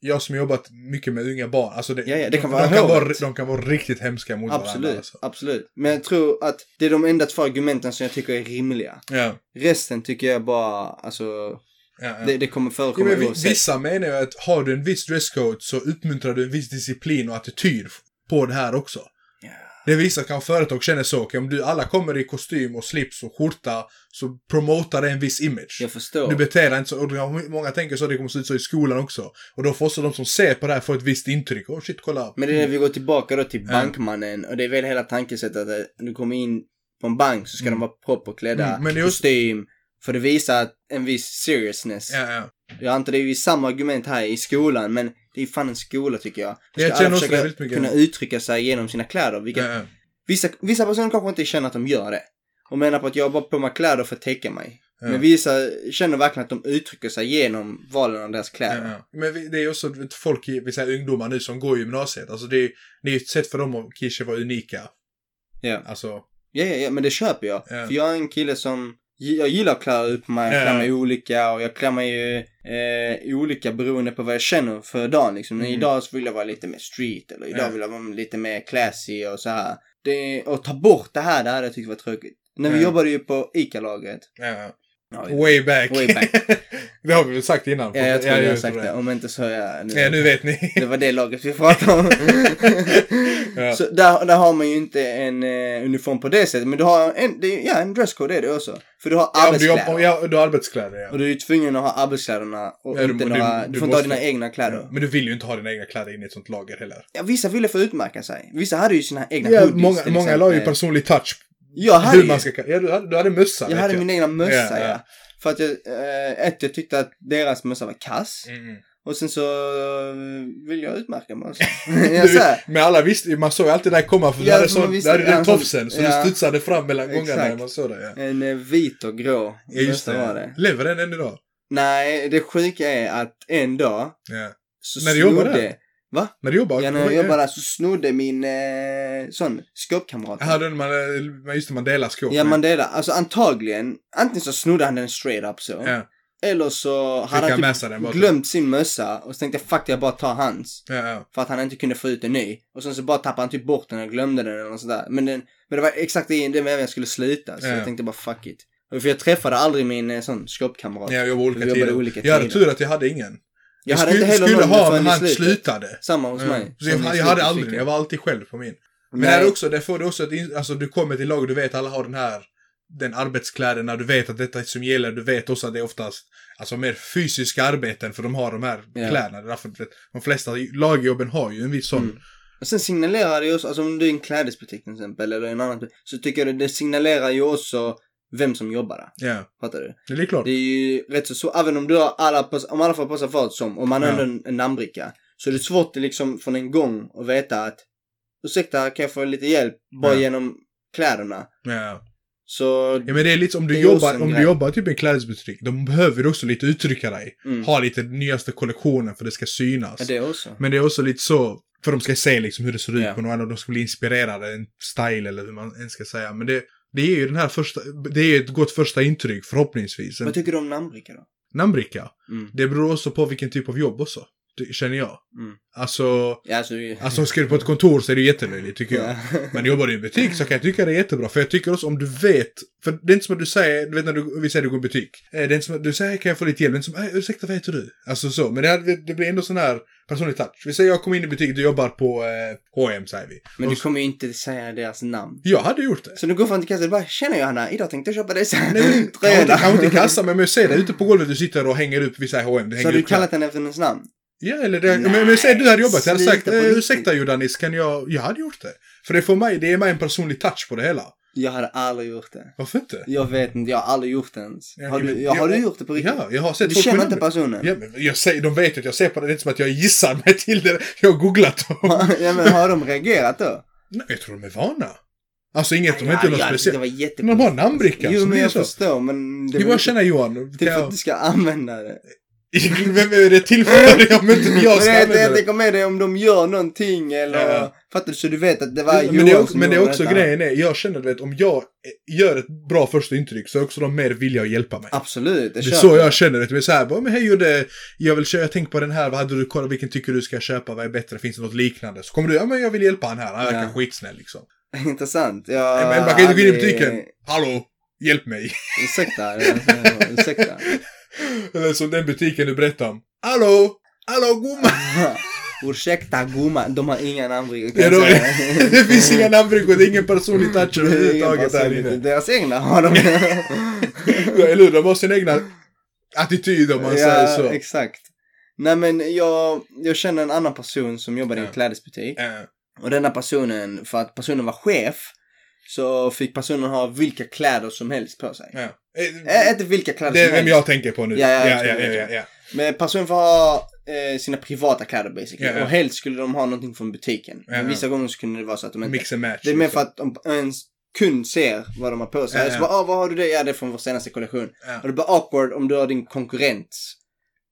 [SPEAKER 3] jag som jobbat mycket med unga barn, alltså det,
[SPEAKER 2] Ja, ja, det
[SPEAKER 3] de,
[SPEAKER 2] kan
[SPEAKER 3] de,
[SPEAKER 2] vara
[SPEAKER 3] kan vara,
[SPEAKER 2] håret.
[SPEAKER 3] de kan vara riktigt hemska mot varandra.
[SPEAKER 2] Absolut,
[SPEAKER 3] Alltså.
[SPEAKER 2] absolut. Men jag tror att det är de enda två argumenten som jag tycker är rimliga.
[SPEAKER 3] Ja,
[SPEAKER 2] Resten tycker jag bara, alltså,
[SPEAKER 3] ja, ja.
[SPEAKER 2] det, det kommer
[SPEAKER 3] ja,
[SPEAKER 2] förekomma
[SPEAKER 3] men vi-
[SPEAKER 2] oavsett.
[SPEAKER 3] vissa menar ju att har du en viss dresscode så uppmuntrar du en viss disciplin och attityd f- på det här också.
[SPEAKER 2] Ja.
[SPEAKER 3] Det vissa kan företag känner så, okej, om du alla kommer i kostym och slips och skjorta så promotar det en viss image.
[SPEAKER 2] Jag förstår.
[SPEAKER 3] Du beter dig inte så, och det- många tänker så, det kommer se ut så i skolan också. Och då får också de som ser på det här få ett visst intryck. Åh shit, kolla.
[SPEAKER 2] Men det är när vi går tillbaka då till
[SPEAKER 3] Ja.
[SPEAKER 2] bankmannen och det är väl hela tankesättet att eh, när du kommer in på en bank så ska de
[SPEAKER 3] Mm.
[SPEAKER 2] vara proper klädda,
[SPEAKER 3] Mm, men det är just-
[SPEAKER 2] kostym. För det visar att en viss seriousness.
[SPEAKER 3] Ja, ja.
[SPEAKER 2] Jag antar det är ju samma argument här i skolan men det är ju fan en skola tycker jag. Ska
[SPEAKER 3] Jag
[SPEAKER 2] alla
[SPEAKER 3] känner också
[SPEAKER 2] försöka
[SPEAKER 3] det väldigt mycket.
[SPEAKER 2] kunna uttrycka sig genom sina kläder. Vilka,
[SPEAKER 3] Ja, ja.
[SPEAKER 2] vissa, vissa personer kanske inte känner att de gör det. Och menar på att jag har bara på mig kläder för att täcka mig.
[SPEAKER 3] Ja.
[SPEAKER 2] Men vissa känner verkligen att de uttrycker sig genom valen av deras
[SPEAKER 3] Ja,
[SPEAKER 2] kläder.
[SPEAKER 3] ja. Men vi- det är också du vet, folk, i- vi säger ungdomar nu som går i gymnasiet. Alltså det är, det är ju ett sätt för dem att kanske vara unika.
[SPEAKER 2] Ja.
[SPEAKER 3] Alltså,
[SPEAKER 2] Ja, ja, ja, men det köper jag.
[SPEAKER 3] Ja.
[SPEAKER 2] För jag är en kille som, jag gillar att klä upp mig,
[SPEAKER 3] Ja.
[SPEAKER 2] klä mig olika och jag klär mig ju eh, olika beroende på vad jag känner för dagen liksom. Men
[SPEAKER 3] Mm.
[SPEAKER 2] Idag så vill jag vara lite mer street eller idag
[SPEAKER 3] Ja.
[SPEAKER 2] vill jag vara lite mer classy och så här. Det, och ta bort det här, det hade jag tyckt var tråkigt. När vi
[SPEAKER 3] Ja.
[SPEAKER 2] jobbade ju på ICA-lagret.
[SPEAKER 3] ja, ja.
[SPEAKER 2] Ja,
[SPEAKER 3] way back.
[SPEAKER 2] Way back.
[SPEAKER 3] det har vi väl sagt innan?
[SPEAKER 2] ja, jag tror jag har
[SPEAKER 3] just
[SPEAKER 2] sagt det. Om inte så har jag
[SPEAKER 3] Ja, nu vet ni.
[SPEAKER 2] Det var det laget vi pratade om.
[SPEAKER 3] Ja.
[SPEAKER 2] Så där, där har man ju inte en eh, uniform på det sättet. Men du har en, det, är- ja, en dresscode är det också. För du har
[SPEAKER 3] Ja, om du,
[SPEAKER 2] arbetskläder.
[SPEAKER 3] jobbar- om- ja, du har arbetskläder, ja.
[SPEAKER 2] Och du är ju tvungen att ha arbetskläderna och
[SPEAKER 3] Ja, du-
[SPEAKER 2] inte
[SPEAKER 3] du-
[SPEAKER 2] några, du,
[SPEAKER 3] du
[SPEAKER 2] får inte ha
[SPEAKER 3] måste-
[SPEAKER 2] dina egna kläder. Ja.
[SPEAKER 3] Men du vill ju inte ha dina egna kläder in i ett sånt lager heller.
[SPEAKER 2] vissa ville få utmärka sig. Vissa hade ju sina egna
[SPEAKER 3] Ja,
[SPEAKER 2] hoodies liksom
[SPEAKER 3] många
[SPEAKER 2] till
[SPEAKER 3] många
[SPEAKER 2] exempel.
[SPEAKER 3] la ju personlig touch.
[SPEAKER 2] Jag hade,
[SPEAKER 3] Hur
[SPEAKER 2] ju-
[SPEAKER 3] man ska, ja, du, hade, du hade mössa.
[SPEAKER 2] jag
[SPEAKER 3] vet
[SPEAKER 2] hade min egna mössa
[SPEAKER 3] Ja,
[SPEAKER 2] ja.
[SPEAKER 3] ja.
[SPEAKER 2] För att jag, eh, ett, jag tyckte att deras mössa var kass.
[SPEAKER 3] Mm, mm.
[SPEAKER 2] Och sen så eh, vill jag utmärka mig också. jag
[SPEAKER 3] Du,
[SPEAKER 2] så här,
[SPEAKER 3] men alla visste ju, man såg ju alltid det här komma för du
[SPEAKER 2] Ja,
[SPEAKER 3] hade,
[SPEAKER 2] för
[SPEAKER 3] så,
[SPEAKER 2] man
[SPEAKER 3] du
[SPEAKER 2] visste-
[SPEAKER 3] hade den
[SPEAKER 2] ja, som-
[SPEAKER 3] tofsen så
[SPEAKER 2] ja.
[SPEAKER 3] du studsade fram mellan gångarna
[SPEAKER 2] Exakt.
[SPEAKER 3] när man såg det. Ja.
[SPEAKER 2] en eh, vit och grå
[SPEAKER 3] Ja, just
[SPEAKER 2] mössa
[SPEAKER 3] det.
[SPEAKER 2] var det.
[SPEAKER 3] Lever den än idag?
[SPEAKER 2] Nej, det sjuka är att en dag
[SPEAKER 3] Ja.
[SPEAKER 2] så
[SPEAKER 3] När du
[SPEAKER 2] snodde...
[SPEAKER 3] jobbade där? När du jobbar?
[SPEAKER 2] Ja, när jag jobbade där så snodde min eh, sån skåpkamrat.
[SPEAKER 3] Hade den man, eh, just det, man delar skåp
[SPEAKER 2] Ja,
[SPEAKER 3] med.
[SPEAKER 2] man delar. Alltså antagligen, antingen så snodde han den straight up så.
[SPEAKER 3] Ja.
[SPEAKER 2] Eller så
[SPEAKER 3] Fick
[SPEAKER 2] hade
[SPEAKER 3] han
[SPEAKER 2] han
[SPEAKER 3] med sig den bara?
[SPEAKER 2] typ glömt sin mössa och så tänkte jag fuck jag bara tar hans.
[SPEAKER 3] Ja, ja.
[SPEAKER 2] För att han inte kunde få ut en ny. Och sen så bara tappade han typ bort den och glömde den eller något sådär. Men, den, men det var exakt i den vägen jag skulle sluta. Så
[SPEAKER 3] Ja.
[SPEAKER 2] jag tänkte bara fuck it. Och För jag träffade aldrig min eh, sån skåpkamrat.
[SPEAKER 3] Ja, jag jobbade olika
[SPEAKER 2] Vi jobbade
[SPEAKER 3] tider.
[SPEAKER 2] olika
[SPEAKER 3] jag hade
[SPEAKER 2] tider.
[SPEAKER 3] tur att jag hade ingen.
[SPEAKER 2] Jag hade inte
[SPEAKER 3] skulle,
[SPEAKER 2] heller
[SPEAKER 3] skulle
[SPEAKER 2] någon
[SPEAKER 3] ha,
[SPEAKER 2] förrän
[SPEAKER 3] men
[SPEAKER 2] i
[SPEAKER 3] han
[SPEAKER 2] slutet.
[SPEAKER 3] slutade.
[SPEAKER 2] Samma hos
[SPEAKER 3] Ja.
[SPEAKER 2] mig.
[SPEAKER 3] Mm. Så jag,
[SPEAKER 2] Som i
[SPEAKER 3] jag hade
[SPEAKER 2] slutet
[SPEAKER 3] aldrig
[SPEAKER 2] fick
[SPEAKER 3] jag var alltid själv på min. Men
[SPEAKER 2] Nej.
[SPEAKER 3] här är också, där får du också ett, in- alltså du kommer till lag, du vet alla har den här, den arbetskläderna, du vet att detta är som gäller, du vet också att det är oftast, alltså mer fysiska arbeten för de har de här
[SPEAKER 2] Ja.
[SPEAKER 3] kläderna. Därför, att de flesta lagjobben har ju en viss sån.
[SPEAKER 2] Mm. Och sen signalerar det ju också, alltså om du är en klädesbutik till exempel eller en annan butik, så tycker jag det, det signalerar ju också vem som jobbar där.
[SPEAKER 3] Ja,
[SPEAKER 2] Fattar du?
[SPEAKER 3] det är klart.
[SPEAKER 2] Det är ju rätt så svårt, även om du har alla, på- om alla får passa vad som, om man har
[SPEAKER 3] Ja.
[SPEAKER 2] ändå en, en namnbricka. Så det är svårt att liksom från en gång att veta att, ursäkta kan jag få lite hjälp bara
[SPEAKER 3] Ja.
[SPEAKER 2] genom kläderna?
[SPEAKER 3] Ja.
[SPEAKER 2] Så,
[SPEAKER 3] ja, men det är lite om
[SPEAKER 2] Det
[SPEAKER 3] du
[SPEAKER 2] är också
[SPEAKER 3] jobbar,
[SPEAKER 2] en
[SPEAKER 3] om du
[SPEAKER 2] grej.
[SPEAKER 3] jobbar typ i en klädesbutik, de behöver du också lite uttrycka dig.
[SPEAKER 2] mm.
[SPEAKER 3] Ha lite den nyaste kollektionen för det ska synas.
[SPEAKER 2] ja, det också.
[SPEAKER 3] Men det är också lite så, för de ska se liksom hur det ser ut
[SPEAKER 2] Ja.
[SPEAKER 3] på någon annan, de ska bli inspirerade, en style eller hur man ens ska säga. Men det, det är ju den här första, det är ju ett gott första intryck förhoppningsvis. En
[SPEAKER 2] Vad tycker du om namnbricka då?
[SPEAKER 3] namnbricka.
[SPEAKER 2] Mm.
[SPEAKER 3] Det beror också på vilken typ av jobb också, ty- känner jag.
[SPEAKER 2] Mm.
[SPEAKER 3] Alltså,
[SPEAKER 2] Ja, alltså, det-
[SPEAKER 3] alltså ska du på ett kontor så är det ju jättelöjligt tycker jag.
[SPEAKER 2] ja.
[SPEAKER 3] Men jobbar du i butik så kan jag tycka det är jättebra. För jag tycker också om du vet. För det är inte som att du säger, du vet när du, vi säger du går i butik. Eh, Det är inte som att du säger kan jag få lite hjälp. Det är inte som, "Eh, ursäkta vad heter du? Alltså så. Men det, här, det blir ändå sån här personlig touch. Vi säger jag kommer in i butik, du jobbar på eh, H&M säger vi.
[SPEAKER 2] Men
[SPEAKER 3] Och
[SPEAKER 2] du
[SPEAKER 3] så-
[SPEAKER 2] kommer ju inte säga deras namn.
[SPEAKER 3] Jag hade gjort det.
[SPEAKER 2] Så nu går fram till kassan och bara Tjena Johanna, idag tänkte jag köpa dessa
[SPEAKER 3] Nej, Kanske inte-
[SPEAKER 2] tröjorna.
[SPEAKER 3] kanske inte i kassan, men om jag säger det ute på golvet du sitter och hänger upp, vi säger H&M, du
[SPEAKER 2] Så har
[SPEAKER 3] hänger
[SPEAKER 2] du
[SPEAKER 3] upp
[SPEAKER 2] kallat henne efter hennes namn?
[SPEAKER 3] Ja, eller det, men, men säg du hade jobbat, jag hade
[SPEAKER 2] Sluta
[SPEAKER 3] sagt
[SPEAKER 2] på
[SPEAKER 3] eh,
[SPEAKER 2] riktigt.
[SPEAKER 3] ursäkta Jordanis, kan jag, jag hade gjort det. För det är för mig, det är mig en personlig touch på det hela.
[SPEAKER 2] Jag hade aldrig gjort det.
[SPEAKER 3] Varför inte?
[SPEAKER 2] Jag vet inte, jag har aldrig gjort det ens.
[SPEAKER 3] Ja,
[SPEAKER 2] Har du,
[SPEAKER 3] men-
[SPEAKER 2] ja, har
[SPEAKER 3] ja,
[SPEAKER 2] du gjort det på riktigt?
[SPEAKER 3] Ja, jag har sett
[SPEAKER 2] Du
[SPEAKER 3] folk
[SPEAKER 2] känner
[SPEAKER 3] med
[SPEAKER 2] inte
[SPEAKER 3] nummer.
[SPEAKER 2] personen?
[SPEAKER 3] Ja, men jag säger, de vet ju att jag ser på det, det är inte som att jag gissar mig till det. Jag har googlat dem.
[SPEAKER 2] ja men har de reagerat då?
[SPEAKER 3] Nej, jag tror de är vana. Alltså inget, de är inte
[SPEAKER 2] Ja,
[SPEAKER 3] något
[SPEAKER 2] ja,
[SPEAKER 3] speciellt.
[SPEAKER 2] Det var
[SPEAKER 3] De har
[SPEAKER 2] jättekonstigt.
[SPEAKER 3] bara namnbrickan.
[SPEAKER 2] Jo
[SPEAKER 3] som
[SPEAKER 2] men
[SPEAKER 3] är
[SPEAKER 2] jag
[SPEAKER 3] så.
[SPEAKER 2] förstår men...
[SPEAKER 3] Det är bara att känna Johan.
[SPEAKER 2] Det
[SPEAKER 3] kan
[SPEAKER 2] är för att
[SPEAKER 3] jag-
[SPEAKER 2] du ska använda det.
[SPEAKER 3] Vem är det till för om inte jag ska
[SPEAKER 2] Men jag,
[SPEAKER 3] använda
[SPEAKER 2] jag
[SPEAKER 3] det?
[SPEAKER 2] tänker med dig om de gör någonting eller...
[SPEAKER 3] Ja.
[SPEAKER 2] Fattar du? Så du vet att det var
[SPEAKER 3] Men det, är
[SPEAKER 2] Johan
[SPEAKER 3] också,
[SPEAKER 2] som
[SPEAKER 3] men det är
[SPEAKER 2] gjorde
[SPEAKER 3] också
[SPEAKER 2] detta.
[SPEAKER 3] grejen är, jag känner du vet, om jag eh, gör ett bra första intryck så är också de mer villiga att hjälpa mig.
[SPEAKER 2] Absolut, det
[SPEAKER 3] Det är
[SPEAKER 2] kör
[SPEAKER 3] så jag känner. Det är så här, bara, men hej gjorde, jag vill köra, jag tänker på den här, vad hade du, kolla vilken tycker du ska köpa, vad är bättre, finns det något liknande? Så kommer du, ja men jag vill hjälpa han här, han verkar
[SPEAKER 2] Ja.
[SPEAKER 3] skitsnäll liksom.
[SPEAKER 2] Intressant. Jag
[SPEAKER 3] men man kan ju inte gå in i
[SPEAKER 2] aldrig-
[SPEAKER 3] butiken. Hallå, hjälp mig.
[SPEAKER 2] Ursäkta, alltså, ursäkta.
[SPEAKER 3] Eller som den butiken du berättade om. Hallå, hallå gumman.
[SPEAKER 2] ursäkta gumman, de har inga namnbrickor.
[SPEAKER 3] Ja, då- det finns inga namnbrickor, det är ingen
[SPEAKER 2] Mm.
[SPEAKER 3] personlig touch överhuvudtaget här inne.
[SPEAKER 2] Deras egna har de.
[SPEAKER 3] Eller hur, de har sin egna attityd om man säger så.
[SPEAKER 2] exakt. Nej men jag, jag känner en annan person som jobbade i en
[SPEAKER 3] Ja.
[SPEAKER 2] klädesbutik.
[SPEAKER 3] Eh,
[SPEAKER 2] Och denna personen, för att personen var chef, så fick personen ha vilka kläder som helst på sig.
[SPEAKER 3] ja.
[SPEAKER 2] Äh,
[SPEAKER 3] Eh,
[SPEAKER 2] inte vilka kläder
[SPEAKER 3] Det är
[SPEAKER 2] som
[SPEAKER 3] vem
[SPEAKER 2] helst.
[SPEAKER 3] jag tänker på nu.
[SPEAKER 2] Ja, ja,
[SPEAKER 3] ja,
[SPEAKER 2] jag
[SPEAKER 3] ja,
[SPEAKER 2] tror det.
[SPEAKER 3] ja, ja.
[SPEAKER 2] Men personen får ha eh, sina privata kläder basically.
[SPEAKER 3] Ja, ja.
[SPEAKER 2] Och helst skulle de ha någonting från butiken.
[SPEAKER 3] Ja,
[SPEAKER 2] Men
[SPEAKER 3] ja.
[SPEAKER 2] vissa gånger så kunde det vara så att de inte
[SPEAKER 3] Mix and match.
[SPEAKER 2] Det är mer
[SPEAKER 3] liksom.
[SPEAKER 2] för att om en kund ser vad de har på sig.
[SPEAKER 3] Ja,
[SPEAKER 2] Så
[SPEAKER 3] ja.
[SPEAKER 2] bara, ah, vad har du det? Ja, det är från vår senaste kollektion.
[SPEAKER 3] Ja.
[SPEAKER 2] Och det blir awkward om du har din konkurrents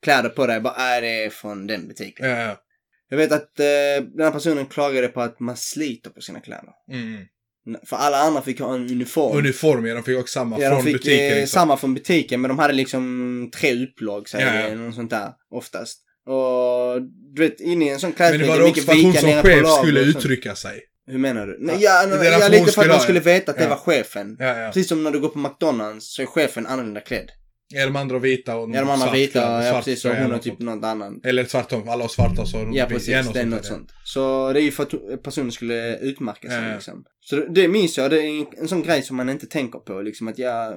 [SPEAKER 2] kläder på dig. Bara, är det är från den butiken.
[SPEAKER 3] Ja, ja.
[SPEAKER 2] Jag vet att eh, den här personen klagade på att man sliter på sina kläder.
[SPEAKER 3] Mm.
[SPEAKER 2] För alla andra fick ha en uniform.
[SPEAKER 3] Uniform, ja, de fick också samma
[SPEAKER 2] Ja, de
[SPEAKER 3] från
[SPEAKER 2] fick
[SPEAKER 3] butiken.
[SPEAKER 2] eh,
[SPEAKER 3] liksom.
[SPEAKER 2] samma från butiken, men de hade liksom tre upplag, säger
[SPEAKER 3] Ja, ja.
[SPEAKER 2] vi, något sånt där, oftast. Och du vet, inne i en sån
[SPEAKER 3] Men det
[SPEAKER 2] klädbutik,
[SPEAKER 3] var
[SPEAKER 2] är
[SPEAKER 3] också
[SPEAKER 2] mycket
[SPEAKER 3] för att hon
[SPEAKER 2] vika
[SPEAKER 3] som
[SPEAKER 2] nere på
[SPEAKER 3] chef
[SPEAKER 2] lager
[SPEAKER 3] skulle
[SPEAKER 2] och sånt.
[SPEAKER 3] uttrycka sig.
[SPEAKER 2] Hur menar du? Nej,
[SPEAKER 3] Ja,
[SPEAKER 2] ja,
[SPEAKER 3] det är
[SPEAKER 2] ja,
[SPEAKER 3] därför
[SPEAKER 2] lite
[SPEAKER 3] hon
[SPEAKER 2] för att
[SPEAKER 3] skulle
[SPEAKER 2] man
[SPEAKER 3] ha-
[SPEAKER 2] skulle veta att det
[SPEAKER 3] ja.
[SPEAKER 2] var chefen.
[SPEAKER 3] Ja, ja.
[SPEAKER 2] Precis som när du går på McDonalds så är chefen annorlunda klädd.
[SPEAKER 3] Ja, de andra vita och
[SPEAKER 2] Ja, de andra
[SPEAKER 3] svart kläder,
[SPEAKER 2] vita, ja
[SPEAKER 3] svart
[SPEAKER 2] precis, och
[SPEAKER 3] tröja
[SPEAKER 2] hon har
[SPEAKER 3] och
[SPEAKER 2] typ
[SPEAKER 3] sånt.
[SPEAKER 2] något annat.
[SPEAKER 3] Eller tvärtom, alla har svarta så har de
[SPEAKER 2] Ja,
[SPEAKER 3] vita.
[SPEAKER 2] precis,
[SPEAKER 3] Ja, något
[SPEAKER 2] det är
[SPEAKER 3] sånt
[SPEAKER 2] något
[SPEAKER 3] där,
[SPEAKER 2] sånt. Så det är ju för att personen skulle utmärka sig
[SPEAKER 3] Ja, ja.
[SPEAKER 2] liksom. Så det- det minns jag, det är en, en sån grej som man inte tänker på liksom att jag...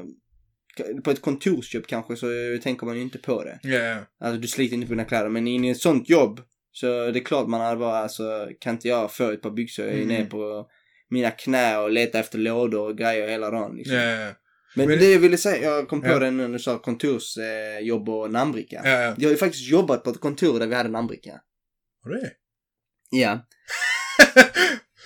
[SPEAKER 2] På ett kontorsjobb kanske så tänker man ju inte på det.
[SPEAKER 3] Ja, ja.
[SPEAKER 2] Alltså du sliter inte på dina kläder, men in i ett sånt jobb så det är klart man hade bara, alltså kan inte jag få ett par byxor, jag är
[SPEAKER 3] Mm.
[SPEAKER 2] ner på mina knä och leta efter lådor och grejer hela dagen liksom.
[SPEAKER 3] Ja, ja,
[SPEAKER 2] Men,
[SPEAKER 3] Men-
[SPEAKER 2] det jag ville säga, jag kom på
[SPEAKER 3] Ja.
[SPEAKER 2] det nu när du sa kontorsjobb eh, jobb och namnbricka.
[SPEAKER 3] ja, ja.
[SPEAKER 2] Jag har ju faktiskt jobbat på ett kontor där vi hade namnbricka.
[SPEAKER 3] Och det?
[SPEAKER 2] Ja.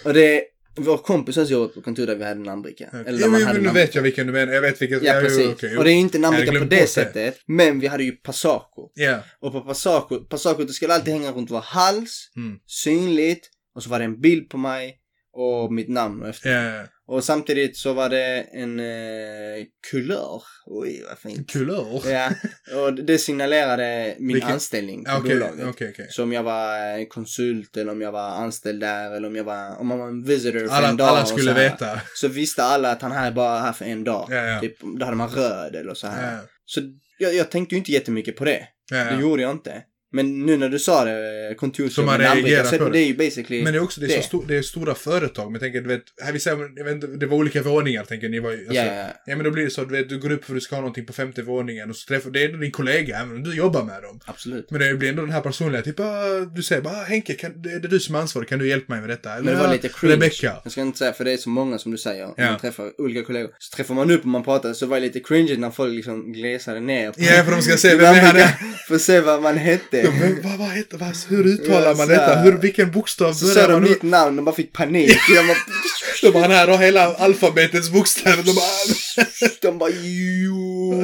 [SPEAKER 2] och det, vår kompis har också jobbat på ett kontor där vi hade namnbricka.
[SPEAKER 3] Ja.
[SPEAKER 2] Eller där
[SPEAKER 3] Jo,
[SPEAKER 2] man
[SPEAKER 3] jo,
[SPEAKER 2] hade
[SPEAKER 3] nu
[SPEAKER 2] namnbricka.
[SPEAKER 3] vet jag vilken du menar. Jag vet vilken.
[SPEAKER 2] Ja, precis.
[SPEAKER 3] okej, jo.
[SPEAKER 2] och det är ju inte namnbricka på
[SPEAKER 3] glömde
[SPEAKER 2] det
[SPEAKER 3] bort det.
[SPEAKER 2] sättet. Men vi hade ju Passaco.
[SPEAKER 3] Ja.
[SPEAKER 2] Och på Passaco, Passaco det skulle alltid hänga runt vår hals.
[SPEAKER 3] Mm.
[SPEAKER 2] Synligt. Och så var det en bild på mig. Och mitt namn och efter.
[SPEAKER 3] Ja.
[SPEAKER 2] Och samtidigt så var det en eh, kulör. Oj, vad fint.
[SPEAKER 3] Kulör?
[SPEAKER 2] Ja, och det signalerade min
[SPEAKER 3] Vilken-
[SPEAKER 2] anställning på
[SPEAKER 3] Ja, Okej,
[SPEAKER 2] bolaget.
[SPEAKER 3] okej, okej.
[SPEAKER 2] Så om jag var eh, konsult eller om jag var anställd där eller om jag var, om man var en visitor för en
[SPEAKER 3] Alla,
[SPEAKER 2] dag.
[SPEAKER 3] alla
[SPEAKER 2] och
[SPEAKER 3] skulle
[SPEAKER 2] så här,
[SPEAKER 3] veta.
[SPEAKER 2] Så visste alla att han här är bara här för en dag.
[SPEAKER 3] Ja, ja.
[SPEAKER 2] Typ, då hade man röd eller så här.
[SPEAKER 3] Ja,
[SPEAKER 2] Så jag, jag tänkte ju inte jättemycket på det.
[SPEAKER 3] ja,
[SPEAKER 2] Det
[SPEAKER 3] ja.
[SPEAKER 2] gjorde jag inte. Men nu när du sa det, eh, kontorsjobb,
[SPEAKER 3] Som man
[SPEAKER 2] men aldrig,
[SPEAKER 3] reagerar
[SPEAKER 2] alltså,
[SPEAKER 3] på det.
[SPEAKER 2] det är ju basically...
[SPEAKER 3] Men det är också det är
[SPEAKER 2] det.
[SPEAKER 3] Så stor, det är stora företag. Men jag tänker, du vet, här vi säger, jag vet, inte, det var olika våningar, tänker ni. Var, ju- alltså,
[SPEAKER 2] ja, ja, ja.
[SPEAKER 3] Ja men då blir det så att du, vet, du går upp för att du ska ha någonting på femte våningen och så träffar det är din kollega, även om du jobbar med dem.
[SPEAKER 2] absolut.
[SPEAKER 3] Men det blir ändå den här personliga, typ ah, du säger bara ah, Henke, kan, det är du som är ansvarig, kan du hjälpa mig med detta? Eller
[SPEAKER 2] Men det var
[SPEAKER 3] "Ah,
[SPEAKER 2] lite cringe.
[SPEAKER 3] Rebecca.
[SPEAKER 2] Jag ska inte säga, för det är så många som du säger.
[SPEAKER 3] Ja.
[SPEAKER 2] Man träffar olika kollegor. Så träffar man upp och man pratar så var det lite cringe när folk liksom glesade ner. på-
[SPEAKER 3] Ja, för de ska se
[SPEAKER 2] Man
[SPEAKER 3] vem är
[SPEAKER 2] brukar
[SPEAKER 3] det
[SPEAKER 2] Få se vad man hette.
[SPEAKER 3] Ja, men vad, vad heter, vad, hur uttalar
[SPEAKER 2] Ja,
[SPEAKER 3] man
[SPEAKER 2] så här.
[SPEAKER 3] detta? Hur, vilken bokstav
[SPEAKER 2] Så sa
[SPEAKER 3] börjar
[SPEAKER 2] de
[SPEAKER 3] man?
[SPEAKER 2] mitt namn och bara fick panik. De bara,
[SPEAKER 3] De bara, här har hela alfabetets bokstäver. De bara,
[SPEAKER 2] de bara jo.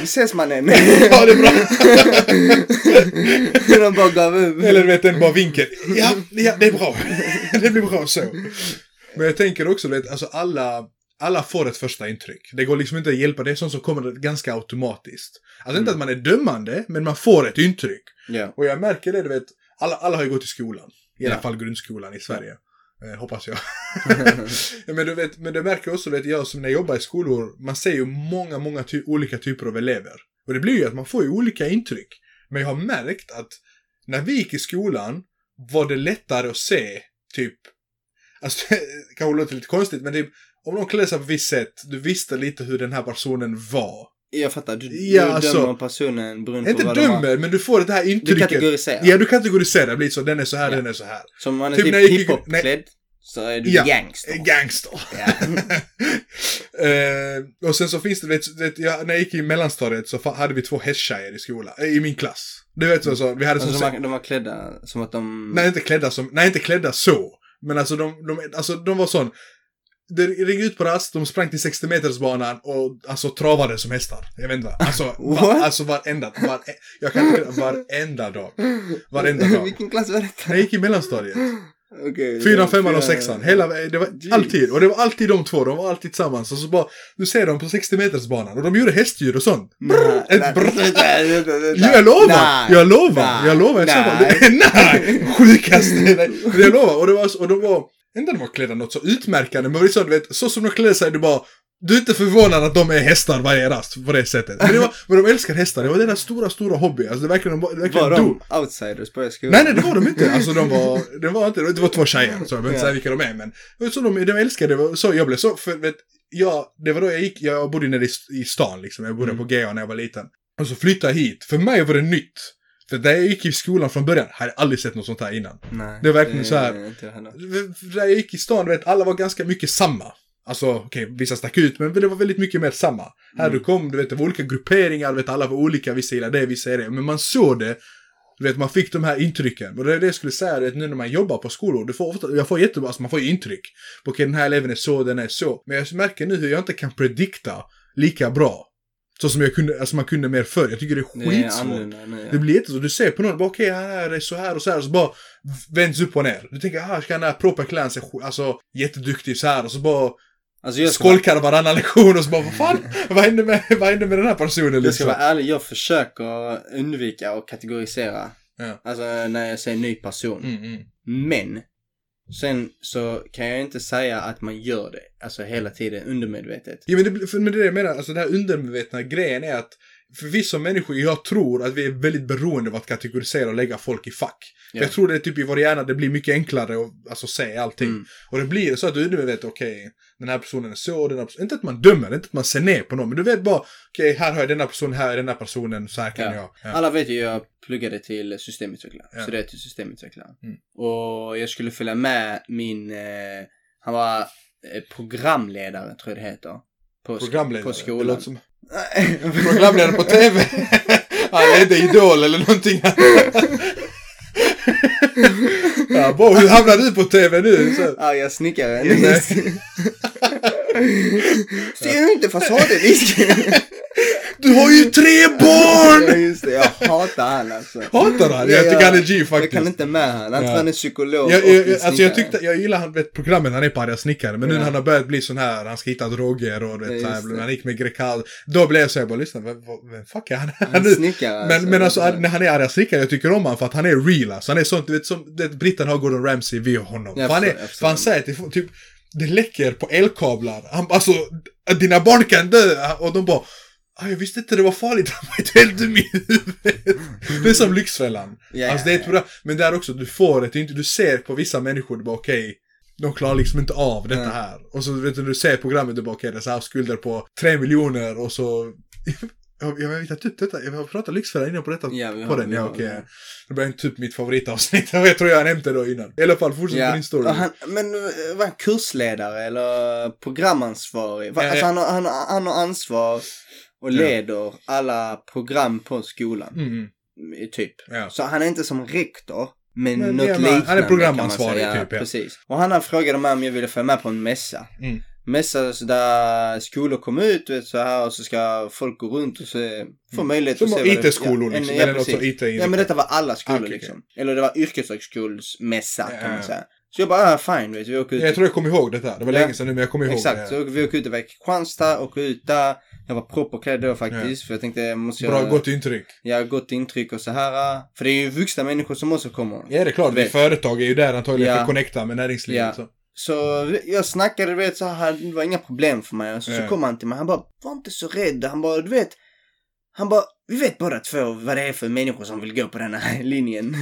[SPEAKER 2] Vi ses mannen.
[SPEAKER 3] ja "Ah, det är bra.
[SPEAKER 2] de bara gav upp.
[SPEAKER 3] Eller du vet, den bara vinkel. Ja, ja, det är bra. Det blir bra så. Men jag tänker också, du vet, alltså alla, alla får ett första intryck. Det går liksom inte att hjälpa, det är sånt som kommer ganska automatiskt. Alltså inte att man är dömande, men man får ett intryck.
[SPEAKER 2] Ja.
[SPEAKER 3] Och jag märker det, du vet, alla, alla har ju gått i skolan. I alla
[SPEAKER 2] Ja.
[SPEAKER 3] fall grundskolan i Sverige. Eh, hoppas jag. Ja, men du vet, men du märker också, du vet, jag som när jag jobbar i skolor, man ser ju många, många ty- olika typer av elever. Och det blir ju att man får ju olika intryck. Men jag har märkt att när vi gick i skolan var det lättare att se, typ, alltså det kanske låter lite konstigt, men typ, om någon klädde sig på ett visst sätt, du visste lite hur den här personen var.
[SPEAKER 2] Jag fattar. Du,
[SPEAKER 3] Ja,
[SPEAKER 2] du
[SPEAKER 3] alltså.
[SPEAKER 2] dömer personen beroende på
[SPEAKER 3] Inte
[SPEAKER 2] vad de har.
[SPEAKER 3] dömer, men du får det här
[SPEAKER 2] Du
[SPEAKER 3] intrycket.
[SPEAKER 2] kategoriserar.
[SPEAKER 3] Ja, du kategoriserar. Det blir så, den är så här,
[SPEAKER 2] Ja.
[SPEAKER 3] den är så här.
[SPEAKER 2] Så om man är
[SPEAKER 3] Typ
[SPEAKER 2] typ,
[SPEAKER 3] när jag gick i-
[SPEAKER 2] hiphop-klädd så är du
[SPEAKER 3] Ja.
[SPEAKER 2] gangster.
[SPEAKER 3] Gangster.
[SPEAKER 2] Ja.
[SPEAKER 3] Eh, och sen så finns det, vet, vet, jag, när jag gick i mellanstadiet så fa- hade vi två hästtjejer i skolan, eh, i min klass. Du vet så, så vi hade
[SPEAKER 2] Alltså,
[SPEAKER 3] som,
[SPEAKER 2] de, var, de var klädda som att de...
[SPEAKER 3] nej inte klädda som, nej inte klädda så. Men alltså de, de, alltså, de var sån, det ringde ut på rast, de sprang till 60 metersbanan och alltså travade som hästar. Jag vet inte, alltså, va,
[SPEAKER 2] What?
[SPEAKER 3] alltså varenda, var, jag kan inte, varenda dag. Varenda dag.
[SPEAKER 2] Vilken klass var detta?
[SPEAKER 3] När jag gick i mellanstadiet.
[SPEAKER 2] Okay,
[SPEAKER 3] Fyran, femman och sexan. Hela, det var
[SPEAKER 2] Jeez.
[SPEAKER 3] alltid. Och det var alltid de två. De var alltid tillsammans. Och så bara, du ser dem på 60 metersbanan Och de gjorde hästljud och sånt. Brr, ett brr. Jo, jag lovar! Jag lovar! Jag lovar! Jag sa bara,
[SPEAKER 2] Nej.
[SPEAKER 3] nej! Sjukaste! Nej. Men Jag lovar! Och, det var, så- och de var, inte de var klädda något så utmärkande, men det var så, du vet, så som de klädde sig, du bara, du är inte förvånad att de är hästar varje rast på det sättet. Men, det var, men de älskar hästar, det var deras stora, stora hobby. Alltså det är verkligen, de var- verkligen
[SPEAKER 2] Var
[SPEAKER 3] dog.
[SPEAKER 2] de outsiders på er skola?
[SPEAKER 3] Nej, nej, det var de inte. Alltså, de var, det var inte, det var två tjejer, så jag behöver inte säga vilka de är, men det var så de, de älskade, det var så jag blev så, för vet, jag, det var då jag gick, jag bodde nere i, i stan liksom, jag bodde
[SPEAKER 2] Mm.
[SPEAKER 3] på GA när jag var liten. Och så flyttade jag hit, för mig var det nytt. För där jag gick i skolan från början, hade jag aldrig sett något sånt här innan.
[SPEAKER 2] nej.
[SPEAKER 3] Det var verkligen så här.
[SPEAKER 2] är inte jag heller.
[SPEAKER 3] För Där jag gick i stan, du vet, alla var ganska mycket samma. Alltså, okej, vissa stack ut, men det var väldigt mycket mer samma. Här du kom, du vet, det var olika grupperingar, du vet, alla var olika, vissa gillade det, vissa gillade det. Men man såg det, du vet, man fick de här intrycken. Och det är det jag skulle säga, du vet, nu när man jobbar på skolor, du får ofta, jag får jättebra, alltså man får ju intryck. Okej, den här eleven är så, den är så. Men jag märker nu hur jag inte kan predikta lika bra. Så som jag kunde, alltså man kunde mer förr. Jag tycker det är
[SPEAKER 2] Det är
[SPEAKER 3] skitsvårt.
[SPEAKER 2] annorlunda nu.
[SPEAKER 3] Det
[SPEAKER 2] Ja.
[SPEAKER 3] blir jättesvårt. Du ser på någon, bara, okej, han här är så här och så här, och så bara vänds upp och ner. Du tänker, ah, ska den här proper clans är sj- alltså, jätteduktig så här, och så bara
[SPEAKER 2] Alltså jag ska, vara,
[SPEAKER 3] skolkar varannan lektion och så bara, vad fan, vad hände med, vad hände med den här personen
[SPEAKER 2] jag ska
[SPEAKER 3] liksom?
[SPEAKER 2] vara ärlig, jag försöker undvika och kategorisera.
[SPEAKER 3] Ja.
[SPEAKER 2] Alltså när jag säger ny person.
[SPEAKER 3] Mm, mm.
[SPEAKER 2] Men sen så kan jag inte säga att man gör det, alltså hela tiden undermedvetet.
[SPEAKER 3] Ja, men det, blir- för, men det är det jag menar, alltså den här undermedvetna grejen är att för vi som människor, jag tror att vi är väldigt beroende av att kategorisera och lägga folk i fack. För
[SPEAKER 2] Ja.
[SPEAKER 3] Jag tror det är typ i vår hjärna, det blir mycket enklare att alltså, säga allting.
[SPEAKER 2] Mm.
[SPEAKER 3] Och det blir så att du nu vet, okej, den här personen är så, den här personen, inte att man dömer, inte att man ser ner på någon, men du vet bara, okej, här har jag denna personen, här är denna personen, så här kan
[SPEAKER 2] Ja.
[SPEAKER 3] jag. Ja.
[SPEAKER 2] Alla vet ju, jag pluggade till systemutvecklare.
[SPEAKER 3] Ja.
[SPEAKER 2] Så det är till systemutvecklare.
[SPEAKER 3] Mm.
[SPEAKER 2] Och jag skulle följa med min, eh, han var eh, programledare tror jag det heter. På, sk-
[SPEAKER 3] Programledare.
[SPEAKER 2] på
[SPEAKER 3] Det
[SPEAKER 2] skolan.
[SPEAKER 3] låter som programledare på TV. Han ledde Idol eller någonting. ja, bara, hur hamnade du på TV nu? Så.
[SPEAKER 2] Ja, jag snickare.
[SPEAKER 3] Ja, nej.
[SPEAKER 2] Ser du inte fasaden?
[SPEAKER 3] Du har ju tre
[SPEAKER 2] Ja,
[SPEAKER 3] barn!
[SPEAKER 2] just det. Jag hatar han alltså.
[SPEAKER 3] Hatar han? Jag tycker han är G
[SPEAKER 2] Jag
[SPEAKER 3] faktiskt.
[SPEAKER 2] kan inte med han. Jag tror
[SPEAKER 3] Ja.
[SPEAKER 2] han är psykolog
[SPEAKER 3] Jag,
[SPEAKER 2] och
[SPEAKER 3] jag,
[SPEAKER 2] en
[SPEAKER 3] jag, alltså jag,
[SPEAKER 2] snickare.
[SPEAKER 3] tyckte, jag gillar han, vet, programmet han är på Arga Snickare, men nu
[SPEAKER 2] Ja.
[SPEAKER 3] när han har börjat bli sån här, han ska hitta droger och du
[SPEAKER 2] Ja,
[SPEAKER 3] vet, så här,
[SPEAKER 2] just det.
[SPEAKER 3] han gick med Grekal. Då blev jag så här, bara lyssna, vem, vem fuck är han?
[SPEAKER 2] Han
[SPEAKER 3] nu?
[SPEAKER 2] är snickare
[SPEAKER 3] Men, men alltså när han är arga snickare, jag tycker om honom för att han är real alltså. Han är sånt, du vet som du vet, britten har Gordon Ramsay vid honom.
[SPEAKER 2] Ja,
[SPEAKER 3] för han, är,
[SPEAKER 2] absolut,
[SPEAKER 3] för han säger till folk, typ, det läcker på elkablar. Han, alltså, dina barn kan dö! Och de bara, Ah, jag visste inte det var farligt, han var inte helt dum i huvudet. Det är som Lyxfällan.
[SPEAKER 2] Ja,
[SPEAKER 3] alltså det är ett
[SPEAKER 2] ja,
[SPEAKER 3] program, men där också, du får det, det är inte, du ser på vissa människor, du bara okej, de klarar liksom inte av detta
[SPEAKER 2] Nej.
[SPEAKER 3] här. Och så vet du, när du ser programmet, du bara okej, det är så här skulder på 3 miljoner och så... Jag, jag vet inte, typ detta, jag har pratat Lyxfällan innan på detta.
[SPEAKER 2] Ja, vi har-
[SPEAKER 3] på den,
[SPEAKER 2] vi
[SPEAKER 3] ja
[SPEAKER 2] har-
[SPEAKER 3] okej.
[SPEAKER 2] ja.
[SPEAKER 3] Det blev typ mitt favoritavsnitt, jag tror jag nämnde det då innan. I alla fall, fortsätt på
[SPEAKER 2] Ja.
[SPEAKER 3] din story.
[SPEAKER 2] Och han, men eh, var han kursledare eller programansvarig? Va-
[SPEAKER 3] Ja,
[SPEAKER 2] Alltså
[SPEAKER 3] ja.
[SPEAKER 2] han, har- han, har- han har ansvar och
[SPEAKER 3] Ja.
[SPEAKER 2] leder alla program på skolan.
[SPEAKER 3] Mm,
[SPEAKER 2] i Typ.
[SPEAKER 3] ja.
[SPEAKER 2] Så han är inte som rektor. Men,
[SPEAKER 3] Men
[SPEAKER 2] något
[SPEAKER 3] det är man- han är
[SPEAKER 2] liknande
[SPEAKER 3] programansvarig
[SPEAKER 2] kan man säga.
[SPEAKER 3] typ, ja.
[SPEAKER 2] Precis. Och han har frågat mig om jag ville följa med på en mässa.
[SPEAKER 3] Mm.
[SPEAKER 2] Mässa så där skolor kommer ut du vet, så här och så ska folk gå runt och se, få möjlighet
[SPEAKER 3] Mm. Som
[SPEAKER 2] att se. vad det-
[SPEAKER 3] IT-skolor
[SPEAKER 2] ja, en-
[SPEAKER 3] liksom,
[SPEAKER 2] ja,
[SPEAKER 3] eller något
[SPEAKER 2] precis.
[SPEAKER 3] så IT
[SPEAKER 2] Ja men detta var alla skolor
[SPEAKER 3] Ah, okej,
[SPEAKER 2] liksom. Eller det var yrkeshögskolsmässa kan
[SPEAKER 3] Ja.
[SPEAKER 2] man säga. Så jag bara, ah, fine vet du, vi åker ut.
[SPEAKER 3] Jag tror jag kommer ihåg detta, det var
[SPEAKER 2] Ja.
[SPEAKER 3] länge sedan nu men jag kommer ihåg
[SPEAKER 2] Exakt,
[SPEAKER 3] det.
[SPEAKER 2] så vi åker ut och var i Kristianstad, åker ut där. Jag var propp och klädd då faktiskt för jag tänkte, jag måste
[SPEAKER 3] Bra,
[SPEAKER 2] göra
[SPEAKER 3] gott intryck.
[SPEAKER 2] ja, gott intryck och så här. äh, För det är ju vuxna människor som också kommer.
[SPEAKER 3] Ja, det är klart.
[SPEAKER 2] Du vet.
[SPEAKER 3] Företag är ju där antagligen för
[SPEAKER 2] Ja.
[SPEAKER 3] att connecta med näringslivet.
[SPEAKER 2] Ja.
[SPEAKER 3] Så.
[SPEAKER 2] Så jag snackade, du vet, så här, det var inga problem för mig. Och så,
[SPEAKER 3] Ja.
[SPEAKER 2] så kom han till mig, han bara, var inte så rädd. Han bara, du vet. Han bara, vi vet båda två vad det är för människor som vill gå på den här linjen.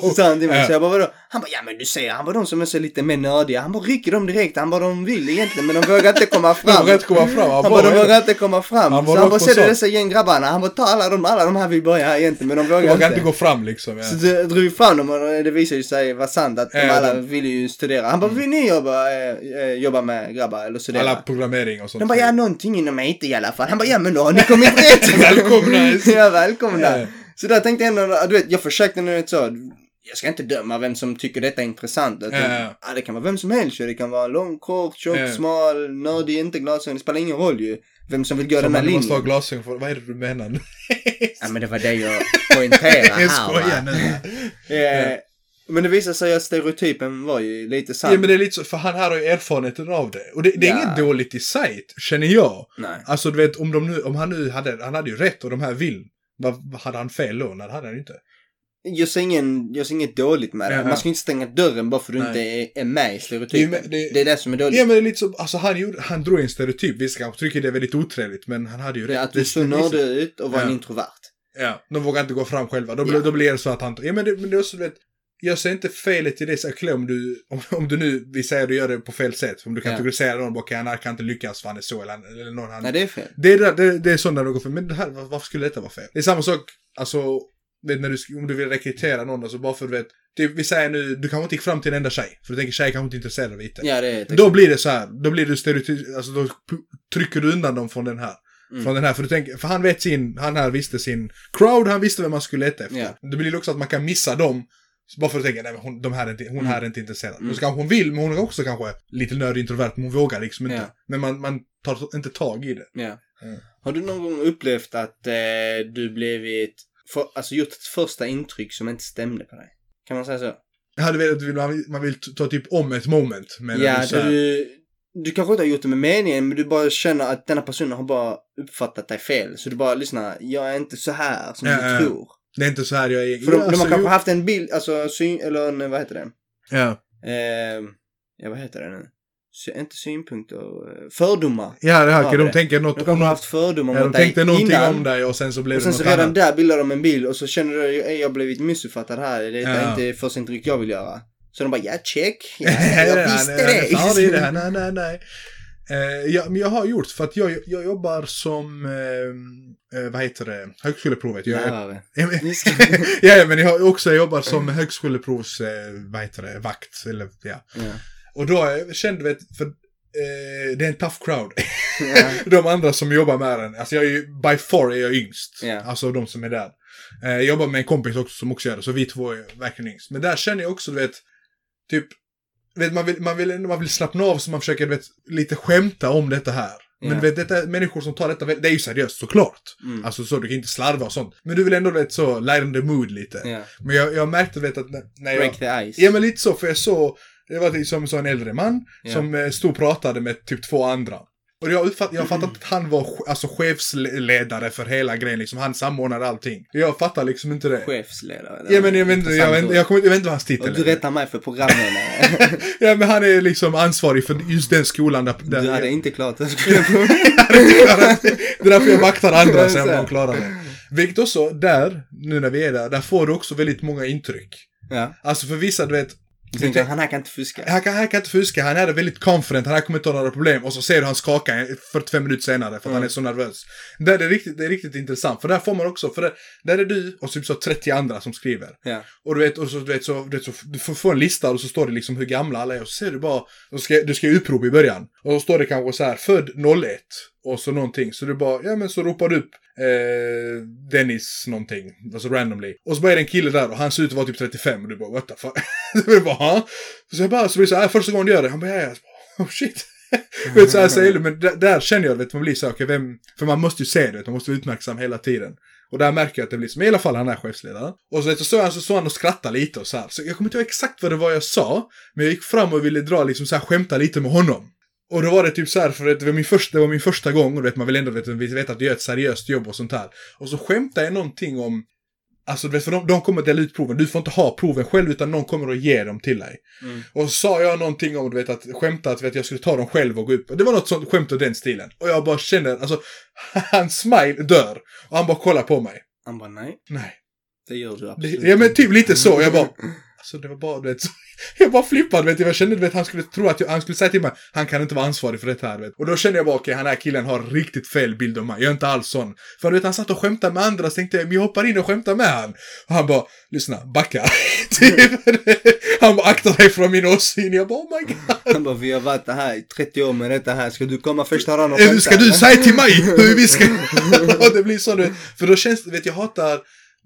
[SPEAKER 2] Så sa han till mig,
[SPEAKER 3] Ja.
[SPEAKER 2] så jag bara, vadå? Han bara, ja men du ser, han bara de som är så lite mer nördiga. Han bara rycker dem direkt. Han bara, de vill egentligen men de vågar inte komma fram.
[SPEAKER 3] De vågar inte komma fram. Ja,
[SPEAKER 2] Han bara,
[SPEAKER 3] bra,
[SPEAKER 2] de
[SPEAKER 3] ja.
[SPEAKER 2] vågar inte komma fram.
[SPEAKER 3] Han var
[SPEAKER 2] så han
[SPEAKER 3] rakt
[SPEAKER 2] bara,
[SPEAKER 3] på
[SPEAKER 2] ser du
[SPEAKER 3] sak.
[SPEAKER 2] dessa gäng grabbarna? Han bara, ta alla de, alla de här vill börja här egentligen men de vågar,
[SPEAKER 3] Jag vågar inte gå fram liksom. Ja.
[SPEAKER 2] så d- drog vi fram dem och det visade ju sig vara sant att de
[SPEAKER 3] Ja,
[SPEAKER 2] alla
[SPEAKER 3] de- Mm.
[SPEAKER 2] ville ju studera. Han bara, vill ni jobba, eh, eh, jobba med grabbar eller studera?
[SPEAKER 3] Alla programmering och sånt.
[SPEAKER 2] de bara, ja någonting inom IT i alla fall. Han bara, ja men då har ni kommit rätt.
[SPEAKER 3] Välkomna.
[SPEAKER 2] ja, välkomna.
[SPEAKER 3] Ja.
[SPEAKER 2] Så där tänkte jag ändå, du vet, jag försökte nu vet så. Jag ska inte döma vem som tycker detta är intressant. Utan,
[SPEAKER 3] Ja.
[SPEAKER 2] ja, det kan vara vem som helst ju. Det kan vara lång, kort, tjock,
[SPEAKER 3] Ja.
[SPEAKER 2] smal, nördig, inte glasögon. Det spelar ingen roll ju. Vem som vill gå
[SPEAKER 3] Så
[SPEAKER 2] den här
[SPEAKER 3] man måste ha
[SPEAKER 2] linjen.
[SPEAKER 3] glasögon för, vad är det du menar?
[SPEAKER 2] Ja men det var det jag poängterade här
[SPEAKER 3] jag
[SPEAKER 2] va.
[SPEAKER 3] skojar nu.
[SPEAKER 2] Eh, Men det visar sig att stereotypen var ju lite sann.
[SPEAKER 3] Ja men det är lite så, för han här har ju erfarenheten av det. Och det, det är
[SPEAKER 2] Ja.
[SPEAKER 3] inget dåligt i sig, känner jag.
[SPEAKER 2] Nej.
[SPEAKER 3] Alltså du vet, om, de nu, om han nu hade, han hade ju rätt och de här vill. Vad, hade han fel då? Nej, det hade han ju inte.
[SPEAKER 2] Jag ser, ingen, jag ser inget dåligt med det.
[SPEAKER 3] Ja, ja.
[SPEAKER 2] Man ska inte stänga dörren bara för du
[SPEAKER 3] Nej.
[SPEAKER 2] inte är, är med i
[SPEAKER 3] Det är ju
[SPEAKER 2] stereotypen. Det
[SPEAKER 3] med-
[SPEAKER 2] är
[SPEAKER 3] det-
[SPEAKER 2] Typ. det, som är dåligt.
[SPEAKER 3] Ja men det är lite så, alltså han, gjorde, han drog en stereotyp. Visst kanske tycker det är väldigt otrevligt men han hade ju rätt.
[SPEAKER 2] Det är att
[SPEAKER 3] Det-
[SPEAKER 2] du såg
[SPEAKER 3] det-
[SPEAKER 2] nördig ut och var en
[SPEAKER 3] Ja.
[SPEAKER 2] introvert.
[SPEAKER 3] Ja, de vågar inte gå fram själva. Då, blir-
[SPEAKER 2] Ja.
[SPEAKER 3] då blir det så att han... Ja, men det, men det är också, du vet, jag ser inte felet i det, så klä om du, om, om du nu, vi säger du gör det på fel sätt. Om du
[SPEAKER 2] Ja.
[SPEAKER 3] kategoriserar någon, bara okej han här kan inte lyckas för han är så eller, han- eller någon han...
[SPEAKER 2] Nej, det är fel.
[SPEAKER 3] Det är, där- det, det är sådana de går för. Men det här, var- varför skulle detta vara fel? Det är samma sak, alltså, vet, när du, sk- om du vill rekrytera någon, alltså bara för du vet, typ, vi säger nu, du kanske inte gick fram till en enda tjej, för du tänker tjejer kanske inte är intresserade av IT.
[SPEAKER 2] Ja, det är ett
[SPEAKER 3] Då blir det så här, då blir du stereotyp, alltså då p- trycker du undan dem från den här.
[SPEAKER 2] Mm.
[SPEAKER 3] Från den här, för du tänker, för han vet sin, han här visste sin crowd, han visste vem man skulle leta efter.
[SPEAKER 2] Ja.
[SPEAKER 3] Det blir också att man kan missa dem, så bara för att tänka, nej men hon, de här är inte, hon här är inte intresserad.
[SPEAKER 2] Mm.
[SPEAKER 3] Och så kanske hon vill, men hon är också kanske lite nördig introvert, men hon vågar liksom inte.
[SPEAKER 2] Ja.
[SPEAKER 3] Men man, man tar inte tag i det.
[SPEAKER 2] Ja.
[SPEAKER 3] Mm.
[SPEAKER 2] Har du någon gång upplevt att eh, du blivit, för, alltså gjort ett första intryck som inte stämde på dig? Kan man säga så?
[SPEAKER 3] Ja, du vet, du vill- man vill- man vill ta typ om ett moment. Men
[SPEAKER 2] ja,
[SPEAKER 3] så
[SPEAKER 2] Alltså,
[SPEAKER 3] här,
[SPEAKER 2] du, du kanske inte har gjort det med meningen, men du bara känner att denna personen har bara uppfattat dig fel. Så du bara, lyssna, jag är inte så här som
[SPEAKER 3] Ja,
[SPEAKER 2] du
[SPEAKER 3] ja.
[SPEAKER 2] tror.
[SPEAKER 3] Det är inte så här jag är.
[SPEAKER 2] För de, de
[SPEAKER 3] Alltså,
[SPEAKER 2] har kanske
[SPEAKER 3] jo.
[SPEAKER 2] haft en bild, alltså syn, eller en, vad heter det?
[SPEAKER 3] ja.
[SPEAKER 2] Eh, ja, vad heter det nu? Sy, inte synpunkter, eh, fördomar.
[SPEAKER 3] ja, det här,
[SPEAKER 2] Ja,
[SPEAKER 3] de
[SPEAKER 2] det.
[SPEAKER 3] tänker något
[SPEAKER 2] De kanske har haft fördomar
[SPEAKER 3] Ja, de
[SPEAKER 2] mot dig
[SPEAKER 3] tänkte någonting
[SPEAKER 2] innan.
[SPEAKER 3] om dig och sen så blev
[SPEAKER 2] Och sen
[SPEAKER 3] det
[SPEAKER 2] så
[SPEAKER 3] något
[SPEAKER 2] redan
[SPEAKER 3] annat.
[SPEAKER 2] där bildar de en bild och så känner du, jag jag har blivit missuppfattad här, det är
[SPEAKER 3] Ja.
[SPEAKER 2] inte första intryck jag vill göra. Så de bara, ja check, ja,
[SPEAKER 3] Nej,
[SPEAKER 2] jag
[SPEAKER 3] nej,
[SPEAKER 2] visste
[SPEAKER 3] nej, nej,
[SPEAKER 2] det.
[SPEAKER 3] Ja, det är det här. Nej, nej, nej. Eh, ja, men jag har gjort, för att jag, jag jobbar som, eh, eh, vad heter det, högskoleprovet. Jag, är-
[SPEAKER 2] Lärare.
[SPEAKER 3] ja, men-
[SPEAKER 2] Ni ska-
[SPEAKER 3] ja, ja, men jag har också jag jobbar som högskoleprovs, eh, vad heter det, vakt. Eller, ja.
[SPEAKER 2] Ja.
[SPEAKER 3] Och då eh, kände vi, att- för eh, det är en tough crowd.
[SPEAKER 2] Ja.
[SPEAKER 3] de andra som jobbar med den, alltså jag är ju, by far är jag yngst.
[SPEAKER 2] Ja.
[SPEAKER 3] Alltså de som är där. Eh, Jag jobbar med en kompis också som också gör det, så vi två är verkligen yngst. Men där känner jag också, du vet, typ, du vet, man, vill, man, vill, man vill slappna av så man försöker, du vet, lite skämta om detta här. Men
[SPEAKER 2] Ja.
[SPEAKER 3] du vet, detta, är människor som tar detta, väl- det är ju seriöst såklart.
[SPEAKER 2] Mm.
[SPEAKER 3] Alltså så, du kan inte slarva och sånt. Men du vill ändå, du vet, så, lighten the mood lite.
[SPEAKER 2] Ja.
[SPEAKER 3] Men jag, jag märkte, du vet, att när, när jag...
[SPEAKER 2] Break the ice.
[SPEAKER 3] Ja men lite så, för jag såg, det var liksom så en äldre man
[SPEAKER 2] Ja.
[SPEAKER 3] som eh, stod och pratade med typ två andra. Och jag, uppfatt, jag fattar inte att han var ch- alltså, chefsledare för hela grejen. Liksom. Han samordnade allting. Jag fattar liksom inte det.
[SPEAKER 2] Chefsledare. det
[SPEAKER 3] Ja,
[SPEAKER 2] var
[SPEAKER 3] men jag vet inte, jag,
[SPEAKER 2] intressant
[SPEAKER 3] vet inte-
[SPEAKER 2] ord.
[SPEAKER 3] jag, kommer, inte- jag vet inte vad hans
[SPEAKER 2] Och
[SPEAKER 3] titel
[SPEAKER 2] du
[SPEAKER 3] är.
[SPEAKER 2] rättar mig för programledare.
[SPEAKER 3] Ja, men han är liksom ansvarig för just den skolan där... där
[SPEAKER 2] Du hade inte klart det. skulle jag få-
[SPEAKER 3] det är därför jag vaktar andra
[SPEAKER 2] Jag
[SPEAKER 3] så jag
[SPEAKER 2] ser.
[SPEAKER 3] de klarar det. Vilket också, där, nu när vi är där, där får du också väldigt många intryck.
[SPEAKER 2] ja.
[SPEAKER 3] Alltså för vissa, du vet,
[SPEAKER 2] Jag tänkte, han här kan inte fuska.
[SPEAKER 3] han kan, han kan inte fuska, han är väldigt confident, han här kommer inte ha några problem. Och så ser du han skaka 45 minuter senare för att han är så nervös. Där är det, riktigt, det är riktigt intressant, för där får man också, för det, där är du och typ så 30 andra som skriver.
[SPEAKER 2] Ja.
[SPEAKER 3] Och du vet, och så, du vet, så, du, vet, så du får, får en lista och så står det liksom hur gamla alla är och så ser du bara, du ska, du ska ju upprop i början. Och så står det kanske så här, född 01 och så någonting. Så du bara, ja men så ropar du upp eh, Dennis någonting, alltså randomly. Och så bara är det en kille där och han ser ut att vara typ 35 och du bara, what the fuck. du bara, ha? Så jag bara, så blir det så här, första gången du gör det, han bara, ja, ja. Så bara, Oh shit. Du vet, så här säger du, men där, där känner jag, vet, man blir så här, okej, vem, för man måste ju se det, man måste vara uppmärksam hela tiden. Och där märker jag att det blir som, i alla fall han är chefsledaren. Och så, vet, du, så såg han, så såg han och skrattade lite och så här. Så jag kommer inte ihåg exakt vad det var jag sa, men jag gick fram och ville dra liksom så här, skämta lite med honom. Och då var det typ så här, för det var min första, det var min första gång, och du vet, man vill ändå vet, veta att jag gör ett seriöst jobb och sånt här. Och så skämtade jag någonting om, alltså du vet, för de, de kommer att dela ut proven, du får inte ha proven själv, utan någon kommer att ge dem till dig.
[SPEAKER 2] Mm.
[SPEAKER 3] Och så sa jag någonting om, du vet, att skämta att du vet, jag skulle ta dem själv och gå upp. Det var något sånt skämt av den stilen. Och jag bara känner, alltså, hans smile dör. Och han bara kollar på mig.
[SPEAKER 2] Han bara, nej.
[SPEAKER 3] Nej.
[SPEAKER 2] Det gör du
[SPEAKER 3] Det,
[SPEAKER 2] absolut
[SPEAKER 3] ja men typ lite så. Jag bara, alltså det var bara, du vet, så, jag bara flippade, vet du. Jag kände, du vet, han skulle tro att jag, han skulle säga till mig, han kan inte vara ansvarig för det här, vet du. Och då kände jag bara, okej, han den här killen har riktigt fel bild av mig. Jag är inte alls sån. För du vet, han satt och skämtade med andra, så tänkte jag, men jag hoppar in och skämtar med han. Och han bara, lyssna, backa. typ. Han bara, akta dig från min åsyn. Jag bara, oh my god.
[SPEAKER 2] Han bara, vi har varit här i 30 år med detta här. Ska du komma första raden och
[SPEAKER 3] Eller ska
[SPEAKER 2] skämta,
[SPEAKER 3] du
[SPEAKER 2] eller?
[SPEAKER 3] säga till mig hur vi ska... och det blir så nu. För då känns det, vet jag hatar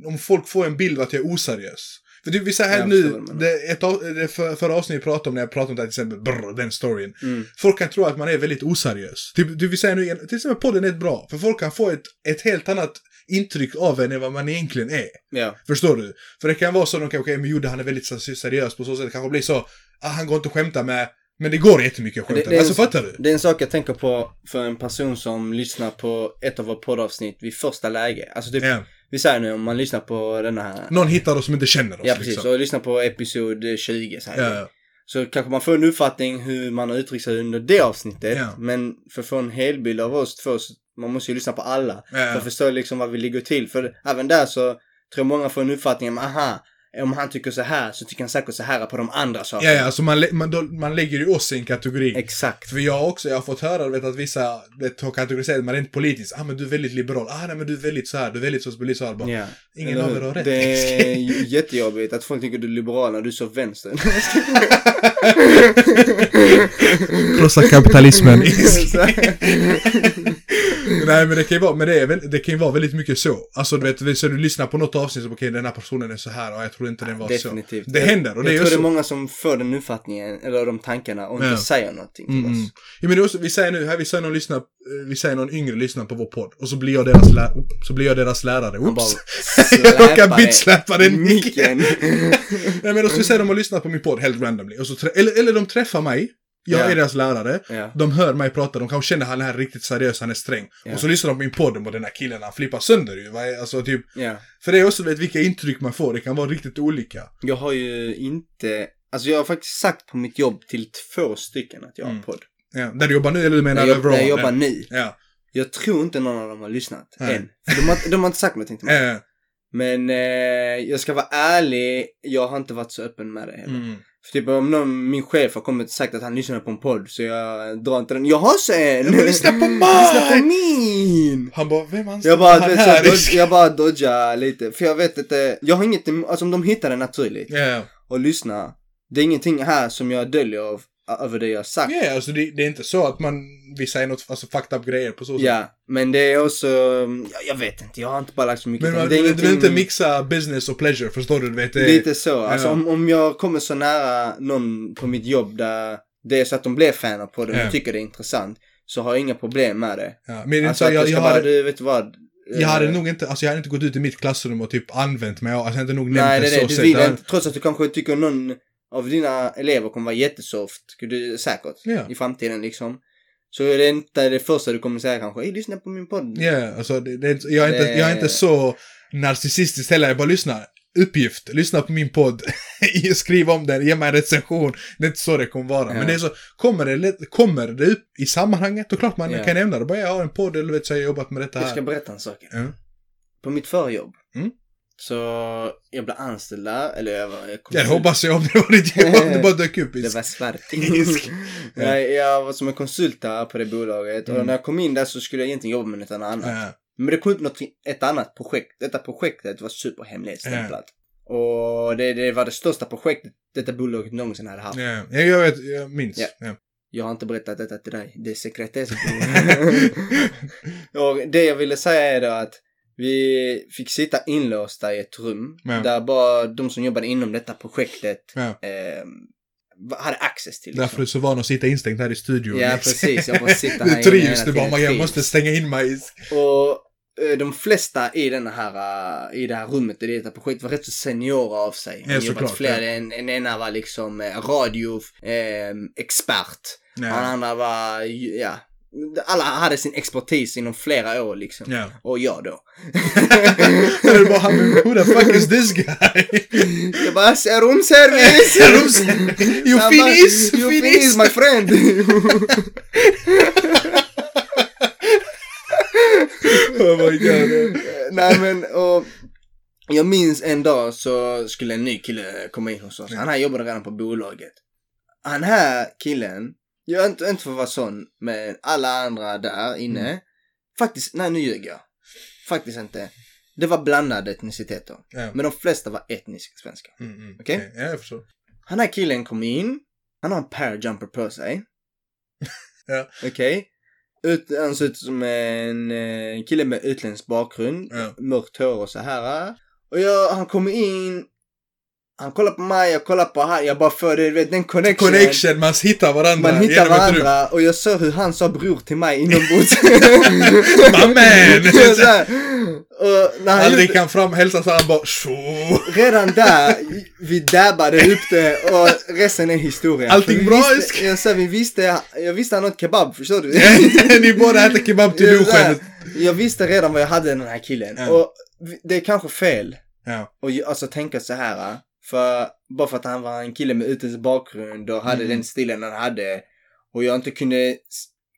[SPEAKER 3] om folk får en bild av att jag är oseriös. För typ vi säger här
[SPEAKER 2] Jag förstår
[SPEAKER 3] nu,
[SPEAKER 2] vad du menar.
[SPEAKER 3] det, ett, av- det för, förra avsnittet vi pratade om när jag pratade om det här till exempel, brr, den storyn.
[SPEAKER 2] Mm.
[SPEAKER 3] Folk kan tro att man är väldigt oseriös. Typ, du vill säga nu, igen, till exempel podden är ett bra, för folk kan få ett, ett helt annat intryck av en än vad man egentligen är.
[SPEAKER 2] Ja.
[SPEAKER 3] Förstår du? För det kan vara så, de kanske, okej, men Jodde han är väldigt så- seriös på så sätt, det kanske blir så, ah, han går inte att skämta med, men det går jättemycket att
[SPEAKER 2] Det-
[SPEAKER 3] skämta
[SPEAKER 2] det
[SPEAKER 3] med.
[SPEAKER 2] är-
[SPEAKER 3] Alltså fattar du?
[SPEAKER 2] Det är en sak jag tänker på för en person som lyssnar på ett av våra poddavsnitt vid första läge. Alltså typ,
[SPEAKER 3] Ja.
[SPEAKER 2] vi säger nu om man lyssnar på den här.
[SPEAKER 3] Någon hittar oss som inte känner oss.
[SPEAKER 2] ja precis,
[SPEAKER 3] Liksom.
[SPEAKER 2] och lyssnar på episod 20 så här.
[SPEAKER 3] Ja,
[SPEAKER 2] Så kanske man får en uppfattning hur man har uttryckt sig under det avsnittet.
[SPEAKER 3] Ja.
[SPEAKER 2] Men för att få en helbild av oss två, så man måste ju lyssna på alla. För
[SPEAKER 3] ja.
[SPEAKER 2] att förstå liksom vad vi ligger till. För även där så tror jag många får en uppfattning om, aha, om han tycker så här så tycker han säkert så här på de andra sakerna.
[SPEAKER 3] ja, ja alltså man, lä- man, då, man lägger ju oss i en kategori.
[SPEAKER 2] Exakt.
[SPEAKER 3] För jag har också, jag har fått höra du vet, att vissa vet, har kategoriserat mig rent politiskt. Ah, men du är väldigt liberal. Ah, nej, men du är väldigt så här. Du är väldigt så så blir det så här. Bara,
[SPEAKER 2] Ja.
[SPEAKER 3] Ingen
[SPEAKER 2] Eller
[SPEAKER 3] av
[SPEAKER 2] hur?
[SPEAKER 3] er har rätt.
[SPEAKER 2] Det är ju jättejobbigt att folk tycker du är liberal när du är så vänster. Alltså.
[SPEAKER 3] Krossa kapitalismen.
[SPEAKER 2] Så här.
[SPEAKER 3] Nej men det kan ju vara, men det, är väl, det kan ju vara väldigt mycket så. Alltså du vet, så du lyssnar på något avsnitt så okej den här personen är så här och jag tror inte den var
[SPEAKER 2] Definitivt.
[SPEAKER 3] så. Det händer och
[SPEAKER 2] jag
[SPEAKER 3] det är ju
[SPEAKER 2] tror det är
[SPEAKER 3] så.
[SPEAKER 2] många som får den uppfattningen, eller de tankarna, och inte
[SPEAKER 3] Ja.
[SPEAKER 2] säger någonting till
[SPEAKER 3] Mm, mm.
[SPEAKER 2] oss.
[SPEAKER 3] Ja, men det är också, vi säger nu, här vi säger någon lyssnar, eh, vi säger någon yngre lyssnar på vår podd och så blir jag deras, lä- så blir jag deras lärare.
[SPEAKER 2] Man bara
[SPEAKER 3] Oops. Jag råkar bitchsläppa
[SPEAKER 2] i
[SPEAKER 3] den micken.
[SPEAKER 2] micken.
[SPEAKER 3] Nej men då ska vi säga de har lyssnat på min podd helt randomly. Och så trä- eller, eller de träffar mig, jag
[SPEAKER 2] Ja.
[SPEAKER 3] är deras lärare.
[SPEAKER 2] ja.
[SPEAKER 3] De hör mig prata, de kanske känner han är riktigt seriös, han är sträng.
[SPEAKER 2] Ja.
[SPEAKER 3] Och så lyssnar de på min podd och bara, den här killen han flippar sönder ju. Vad är- Alltså typ,
[SPEAKER 2] ja.
[SPEAKER 3] för det är också du vet vilka intryck man får, det kan vara riktigt olika.
[SPEAKER 2] Jag har ju inte, alltså jag har faktiskt sagt på mitt jobb till två stycken att jag har
[SPEAKER 3] Mm.
[SPEAKER 2] podd.
[SPEAKER 3] Ja. Där du jobbar nu eller du menar
[SPEAKER 2] När jag,
[SPEAKER 3] överallt?
[SPEAKER 2] när jag jobbar nu.
[SPEAKER 3] Ja.
[SPEAKER 2] Jag tror inte någon av dem har lyssnat
[SPEAKER 3] Nej.
[SPEAKER 2] än. För De har, de har inte sagt någonting till mig.
[SPEAKER 3] Eh,
[SPEAKER 2] Men eh, jag ska vara ärlig, jag har inte varit så öppen med det heller.
[SPEAKER 3] mm.
[SPEAKER 2] För typ om någon, min chef har kommit och sagt att han lyssnar på en podd så jag drar inte den. Jag har sen!
[SPEAKER 3] men lyssna på mig!
[SPEAKER 2] Lyssna på min!
[SPEAKER 3] Han bara, vem anställde
[SPEAKER 2] Jag bara,
[SPEAKER 3] han
[SPEAKER 2] du vet, så jag,
[SPEAKER 3] här?
[SPEAKER 2] dodg, jag bara dodgar lite. För jag vet inte, jag har inget emot- alltså om de hittar det naturligt
[SPEAKER 3] Ja,
[SPEAKER 2] och lyssnar. Det är ingenting här som jag döljer av, över det jag har sagt.
[SPEAKER 3] Ja, alltså det, det är inte så att man, vi säger något, alltså fucked up grejer på så sätt.
[SPEAKER 2] Ja, men det är också, mm, jag, jag vet inte, jag har inte bara lagt så mycket
[SPEAKER 3] Men man,
[SPEAKER 2] det är
[SPEAKER 3] du vill
[SPEAKER 2] ingenting-
[SPEAKER 3] inte mixa business och pleasure, förstår du? du vet, det,
[SPEAKER 2] Lite så. Alltså,
[SPEAKER 3] ja.
[SPEAKER 2] om, om jag kommer så nära någon på mitt jobb där det är så att de blir fan av podden
[SPEAKER 3] Ja.
[SPEAKER 2] och tycker det är intressant. Så har jag inga problem med det.
[SPEAKER 3] ja. Men det är inte
[SPEAKER 2] Alltså
[SPEAKER 3] så,
[SPEAKER 2] att jag,
[SPEAKER 3] jag,
[SPEAKER 2] ska
[SPEAKER 3] jag,
[SPEAKER 2] bara,
[SPEAKER 3] hade,
[SPEAKER 2] du vet vad.
[SPEAKER 3] jag hade
[SPEAKER 2] eh,
[SPEAKER 3] nog inte, alltså jag hade inte gått ut i mitt klassrum och typ använt mig av, alltså jag hade nog nämnt
[SPEAKER 2] Nej, det
[SPEAKER 3] det,
[SPEAKER 2] är det.
[SPEAKER 3] så
[SPEAKER 2] Du
[SPEAKER 3] sätt.
[SPEAKER 2] vill
[SPEAKER 3] Jag-
[SPEAKER 2] inte, trots att du kanske tycker någon av dina elever kommer vara jättesoft. skulle Du, säkert.
[SPEAKER 3] Ja.
[SPEAKER 2] I framtiden liksom. Så är det inte det första du kommer säga kanske, "Ey, lyssna på min podd.
[SPEAKER 3] Ja, alltså det, det, jag, är inte,
[SPEAKER 2] Det-
[SPEAKER 3] jag är inte så narcissistisk heller, jag bara lyssnar. Uppgift, lyssna på min podd, skriv om den, ge mig en recension. Det är inte så det kommer vara.
[SPEAKER 2] Ja.
[SPEAKER 3] Men det är så, kommer det, lätt- kommer det upp i sammanhanget, då klart man
[SPEAKER 2] Ja.
[SPEAKER 3] kan nämna det. Bara jag har en podd, eller vet så har jag jobbat med detta
[SPEAKER 2] Jag ska
[SPEAKER 3] här.
[SPEAKER 2] berätta en sak.
[SPEAKER 3] Mm.
[SPEAKER 2] På mitt förjobb.
[SPEAKER 3] Mm.
[SPEAKER 2] Så jag blev anställd där, eller jag var... Jag kom-
[SPEAKER 3] Jag hoppas jag om det var ditt jobb, om det bara dök upp. i-
[SPEAKER 2] Det var svart.
[SPEAKER 3] Ja.
[SPEAKER 2] Nej, jag var som en konsult där på det bolaget. Och
[SPEAKER 3] Mm.
[SPEAKER 2] när jag kom in där så skulle jag egentligen jobba med något annat.
[SPEAKER 3] Ja,
[SPEAKER 2] Men det kom upp något, ett annat projekt. Detta projektet var superhemligstämplat. Och det, det var det största projektet detta bolaget någonsin hade haft.
[SPEAKER 3] ja. Ja, jag vet, jag minns.
[SPEAKER 2] Ja.
[SPEAKER 3] Ja.
[SPEAKER 2] Jag har inte berättat detta till dig. Det är sekretess.
[SPEAKER 3] Mm.
[SPEAKER 2] och det jag ville säga är då att vi fick sitta inlåsta i ett rum.
[SPEAKER 3] Ja.
[SPEAKER 2] Där bara de som jobbade inom detta projektet
[SPEAKER 3] Ja.
[SPEAKER 2] eh, hade access till.
[SPEAKER 3] Därför du är så van att sitta instängd här i studion. Liksom.
[SPEAKER 2] Ja, precis. Jag bara sitter här
[SPEAKER 3] Du
[SPEAKER 2] inne
[SPEAKER 3] trivs,
[SPEAKER 2] hela
[SPEAKER 3] du bara,
[SPEAKER 2] tiden.
[SPEAKER 3] "Man, jag
[SPEAKER 2] Trivs."
[SPEAKER 3] måste stänga in mig. i-
[SPEAKER 2] Och eh, de flesta i, den här, eh, i det här rummet, i detta projekt, var rätt så seniora av sig.
[SPEAKER 3] Ja,
[SPEAKER 2] har
[SPEAKER 3] såklart,
[SPEAKER 2] flera.
[SPEAKER 3] ja.
[SPEAKER 2] En, en ena var liksom radioexpert.
[SPEAKER 3] Ja.
[SPEAKER 2] Den andra var, ju- ja. Alla hade sin expertis inom flera år liksom.
[SPEAKER 3] Ja.
[SPEAKER 2] Och jag då.
[SPEAKER 3] Du bara, "Han, who the fuck is this guy?
[SPEAKER 2] jag bara, "Se, rumservice!
[SPEAKER 3] Rumservice. You
[SPEAKER 2] Han bara,
[SPEAKER 3] finish,
[SPEAKER 2] You
[SPEAKER 3] finish."
[SPEAKER 2] finish my friend!
[SPEAKER 3] oh my god.
[SPEAKER 2] Eh, Nej men, och jag minns en dag så skulle en ny kille komma in hos oss. Han här jobbade redan på bolaget. Han här killen, jag är inte, inte för att vara sån, men alla andra där inne. Faktiskt, nej nu ljuger jag. Faktiskt inte. Det var blandade etniciteter.
[SPEAKER 3] Ja.
[SPEAKER 2] Men de flesta var etniskt svenska.
[SPEAKER 3] Mm, mm.
[SPEAKER 2] Okej.
[SPEAKER 3] Ja, jag förstår.
[SPEAKER 2] Han här killen kom in. Han har en parajumper på sig.
[SPEAKER 3] Ja.
[SPEAKER 2] Okej. Ut, han ser ut som en eh, kille med utländsk bakgrund.
[SPEAKER 3] Ja.
[SPEAKER 2] Mörkt hår och så här. Och jag, han kommer in. Han kollar på mig, jag kollar på han. Jag bara får det, du vet den connection.
[SPEAKER 3] Connection, man hittar varandra.
[SPEAKER 2] Man hittar
[SPEAKER 3] genom ett rum.
[SPEAKER 2] varandra och jag såg hur han sa bror till mig inombords.
[SPEAKER 3] My man!
[SPEAKER 2] Så här. och när han
[SPEAKER 3] Han
[SPEAKER 2] gjorde-
[SPEAKER 3] gick han fram, hälsade så här, han bara "Tjo."
[SPEAKER 2] redan där, vi dabbade upp det och resten är historia.
[SPEAKER 3] Allting
[SPEAKER 2] För vi
[SPEAKER 3] bra,
[SPEAKER 2] Visste,
[SPEAKER 3] Isk?
[SPEAKER 2] jag sa, vi visste, jag visste han åt kebab, förstår du?
[SPEAKER 3] Ni båda äter kebab till
[SPEAKER 2] Jag-
[SPEAKER 3] lunchen.
[SPEAKER 2] Jag visste redan vad jag hade den här killen.
[SPEAKER 3] Ja.
[SPEAKER 2] Och vi- det är kanske fel
[SPEAKER 3] Ja.
[SPEAKER 2] och ju- alltså tänka så här. För, bara för att han var en kille med utländsk bakgrund och hade
[SPEAKER 3] Mm.
[SPEAKER 2] den stilen han hade. Och jag inte kunde,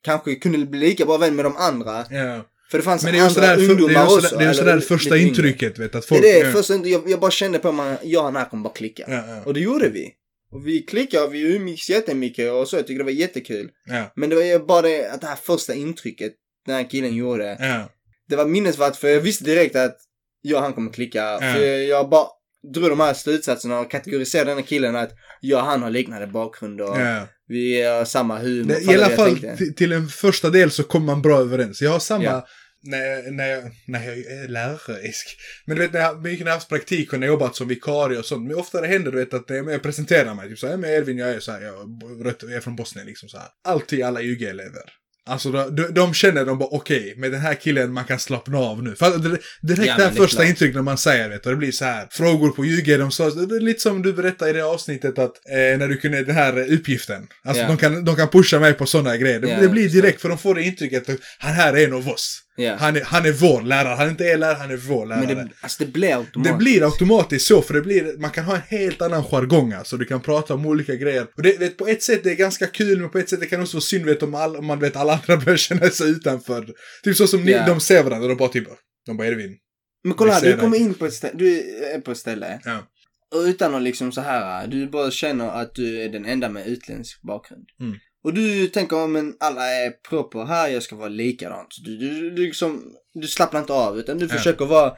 [SPEAKER 2] kanske kunde bli lika bra vän med de andra.
[SPEAKER 3] Ja.
[SPEAKER 2] För det fanns
[SPEAKER 3] Men det är ju
[SPEAKER 2] andra
[SPEAKER 3] sådär, för, det är
[SPEAKER 2] ungdomar
[SPEAKER 3] ju
[SPEAKER 2] också.
[SPEAKER 3] sådär, det är ju
[SPEAKER 2] eller
[SPEAKER 3] sådär
[SPEAKER 2] lite
[SPEAKER 3] första
[SPEAKER 2] yngre.
[SPEAKER 3] intrycket vet att
[SPEAKER 2] Det är
[SPEAKER 3] folk...
[SPEAKER 2] det,
[SPEAKER 3] ja.
[SPEAKER 2] först, jag, jag bara kände på mig, jag och han här kommer bara klicka.
[SPEAKER 3] Ja, ja.
[SPEAKER 2] Och det gjorde vi. Och vi klickade och vi umgicks jättemycket och så. Jag tyckte det var jättekul.
[SPEAKER 3] Ja.
[SPEAKER 2] Men det var ju bara det, att det här första intrycket den här killen gjorde.
[SPEAKER 3] Ja.
[SPEAKER 2] Det var minnesvärt för jag visste direkt att jag och han kommer klicka. För jag bara drog de här slutsatserna och kategoriserade den här killen att jag och han har liknande bakgrund och
[SPEAKER 3] Ja.
[SPEAKER 2] vi har samma humor.
[SPEAKER 3] Det,
[SPEAKER 2] Fattar
[SPEAKER 3] I alla
[SPEAKER 2] du vad
[SPEAKER 3] fall
[SPEAKER 2] jag tänkte?
[SPEAKER 3] till, till en första del så kommer man bra överens. Jag har samma
[SPEAKER 2] Ja.
[SPEAKER 3] när, jag- när, jag, när jag är lärare. isk. Men du vet när jag, mycket när jag har haft praktik och när jag har jobbat som vikarie och sånt. Men oftare händer du vet att det- men jag presenterar mig. Typ så här, men Elvin jag är så här, jag är bo- rött- jag är från Bosnien liksom så här. Alltid alla UG-elever. Alltså de, de, de känner de bara okej, med den här killen man kan slappna av nu. För att det, direkt
[SPEAKER 2] Ja,
[SPEAKER 3] det
[SPEAKER 2] men
[SPEAKER 3] här
[SPEAKER 2] det är
[SPEAKER 3] första
[SPEAKER 2] klart.
[SPEAKER 3] intryck typ när man säger vet du, det blir så här frågor på UG, de sa, det är lite som du berättade i det avsnittet att eh, när du kunde den här eh, uppgiften. Alltså
[SPEAKER 2] Ja.
[SPEAKER 3] de, kan, de kan pusha mig på sådana grejer. Det,
[SPEAKER 2] Ja,
[SPEAKER 3] det blir
[SPEAKER 2] jag förstår.
[SPEAKER 3] direkt för de får det intrycket att han här är en av oss.
[SPEAKER 2] Ja.
[SPEAKER 3] Han är, han är vår lärare. Han är inte er lärare, han är vår lärare.
[SPEAKER 2] Men det, alltså det blir automatiskt.
[SPEAKER 3] Det blir automatiskt så, för det blir, man kan ha en helt annan jargong alltså. Du kan prata om olika grejer. Och det, vet, på ett sätt det är ganska kul, men på ett sätt det kan också vara synd vet, om, all, om man vet alla andra börjar känna sig utanför. Typ så som ni,
[SPEAKER 2] Ja.
[SPEAKER 3] de ser varandra, de bara typ, de bara Edvin.
[SPEAKER 2] Men kolla här,
[SPEAKER 3] Vi ser
[SPEAKER 2] du kommer
[SPEAKER 3] dig.
[SPEAKER 2] in på ett ställe, du är på ett ställe.
[SPEAKER 3] Ja.
[SPEAKER 2] Och utan att liksom så här, du bara känner att du är den enda med utländsk bakgrund.
[SPEAKER 3] Mm.
[SPEAKER 2] Och du tänker, "Ja, men alla är proper här, jag ska vara likadant. Så Du, du, du, liksom, du slappnar inte av, utan du
[SPEAKER 3] Ja.
[SPEAKER 2] försöker vara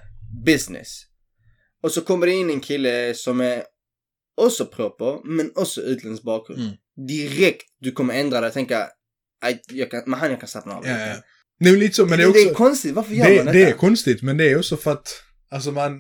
[SPEAKER 2] business. Och så kommer det in en kille som är också proper, men också utländsk bakgrund.
[SPEAKER 3] Mm.
[SPEAKER 2] Direkt du kommer ändra dig och tänka, "Aj, jag kan, men han jag kan slappna av.
[SPEAKER 3] Ja,
[SPEAKER 2] lite."
[SPEAKER 3] ja. Eh, Nej, men lite så, men det är också...
[SPEAKER 2] konstigt, varför gör
[SPEAKER 3] det,
[SPEAKER 2] man
[SPEAKER 3] det
[SPEAKER 2] detta?
[SPEAKER 3] är konstigt, men det är också för att, alltså man,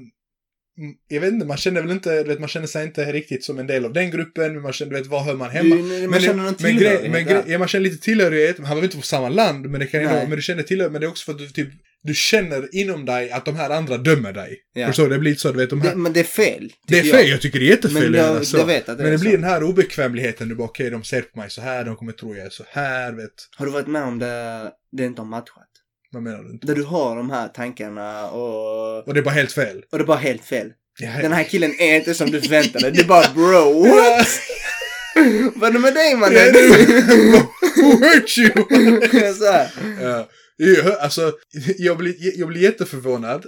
[SPEAKER 3] mm, jag vet inte, man känner väl inte, du vet, man känner sig inte riktigt som en del av den gruppen, men man känner, du vet, var hör man hemma?
[SPEAKER 2] Du, man
[SPEAKER 3] men,
[SPEAKER 2] känner någon
[SPEAKER 3] men, grej,
[SPEAKER 2] tillhörighet
[SPEAKER 3] men
[SPEAKER 2] där.
[SPEAKER 3] grej, ja, man känner lite tillhörighet, han var väl inte från samma land, men det kan ändå,
[SPEAKER 2] Nej.
[SPEAKER 3] men du känner tillhörighet, men det är också för att du typ, du känner inom dig att de här andra dömer dig.
[SPEAKER 2] Ja.
[SPEAKER 3] Förstår du? Det blir lite så, du vet, de här...
[SPEAKER 2] Det, men det är fel.
[SPEAKER 3] Det är
[SPEAKER 2] tycker jag.
[SPEAKER 3] fel, jag tycker det är jättefel.
[SPEAKER 2] Men
[SPEAKER 3] det,
[SPEAKER 2] jag-
[SPEAKER 3] alltså.
[SPEAKER 2] jag vet att det
[SPEAKER 3] Men
[SPEAKER 2] är
[SPEAKER 3] det blir
[SPEAKER 2] så.
[SPEAKER 3] den här obekvämligheten, du bara okej, de ser på mig så här, de kommer tro jag är så här, vet.
[SPEAKER 2] Har du varit med om det, det inte har matchat?
[SPEAKER 3] Vad menar du? inte?
[SPEAKER 2] Där du har de här tankarna och,
[SPEAKER 3] Och det är bara helt fel.
[SPEAKER 2] och det är bara helt fel.
[SPEAKER 3] Ja,
[SPEAKER 2] Den här killen är inte som du förväntade. Det är bara bro, what? Vad är det med dig mannen?
[SPEAKER 3] Who hurt you?
[SPEAKER 2] så här.
[SPEAKER 3] Ja. Ja, alltså, jag blir, jag blir jätteförvånad.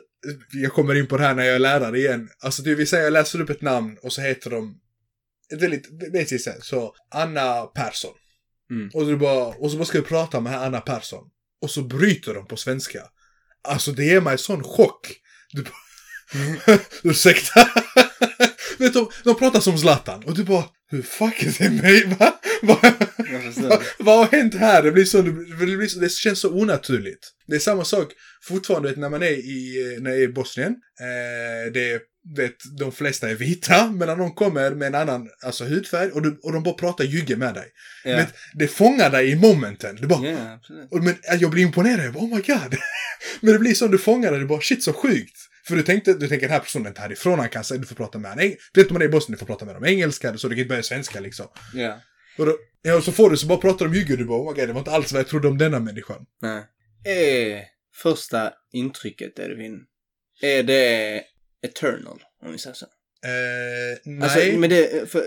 [SPEAKER 3] Jag kommer in på det här när jag är lärare igen. Alltså, det vill säga, jag läser upp ett namn och så heter de... Det är lite, det är lite så här, så Anna Persson.
[SPEAKER 2] Mm.
[SPEAKER 3] Och, du bara, och så bara ska jag prata med Anna Persson. Och så bryter de på svenska. Alltså, det ger mig sån chock. Du
[SPEAKER 2] Mm.
[SPEAKER 3] bara... Ursäkta? Vet du, de pratar som Zlatan. Och du bara, hur fuck är det mig? Va? Va?
[SPEAKER 2] Jag förstår.
[SPEAKER 3] Vad- Vad har hänt här? Det, blir så, det, blir så, det känns så onaturligt. Det är samma sak fortfarande vet, när man är i, eh, när jag är i Bosnien. Eh, det är, vet, de flesta är vita, men när någon kommer med en annan alltså, hudfärg och, du, och de bara pratar jugge med dig.
[SPEAKER 2] Ja,
[SPEAKER 3] Men det fångar dig i momenten. Du bara,
[SPEAKER 2] Ja, absolut.
[SPEAKER 3] och, men eh, jag blir imponerad. Jag bara, oh my god. men det blir som du fångar det. Du bara, shit så sjukt. För du tänkte, du tänker den här personen är inte härifrån, han kan säga, du får prata med honom. Du vet om man är i Bosnien, du får prata med dem engelska, så du kan inte börja svenska liksom.
[SPEAKER 2] Ja.
[SPEAKER 3] Och då, ja, och så får du så bara pratar de jugge och du bara oh my God, det var inte alls vad jag trodde om denna människan.
[SPEAKER 2] Nej. Är Eh, första intrycket Edvin, är det eternal? Om vi säger så.
[SPEAKER 3] Eh, nej.
[SPEAKER 2] Alltså, men det, för,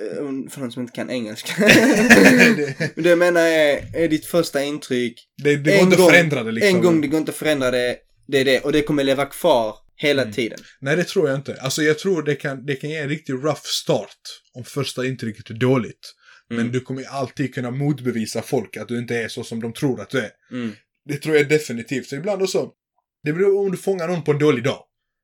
[SPEAKER 2] för de som inte kan engelska.
[SPEAKER 3] det,
[SPEAKER 2] Men det jag menar är, är ditt första intryck,
[SPEAKER 3] det, det går
[SPEAKER 2] En
[SPEAKER 3] inte
[SPEAKER 2] gång-
[SPEAKER 3] att förändra det liksom.
[SPEAKER 2] en gång det går inte att förändra det, det är det. Och det kommer leva kvar hela
[SPEAKER 3] Mm.
[SPEAKER 2] tiden.
[SPEAKER 3] Nej, det tror jag inte. Alltså jag tror det kan, det kan ge en riktig rough start om första intrycket är dåligt. Men
[SPEAKER 2] Mm.
[SPEAKER 3] du kommer ju alltid kunna motbevisa folk att du inte är så som de tror att du är.
[SPEAKER 2] Mm.
[SPEAKER 3] Det tror jag definitivt. Så ibland också, det beror på om du fångar någon på en dålig dag.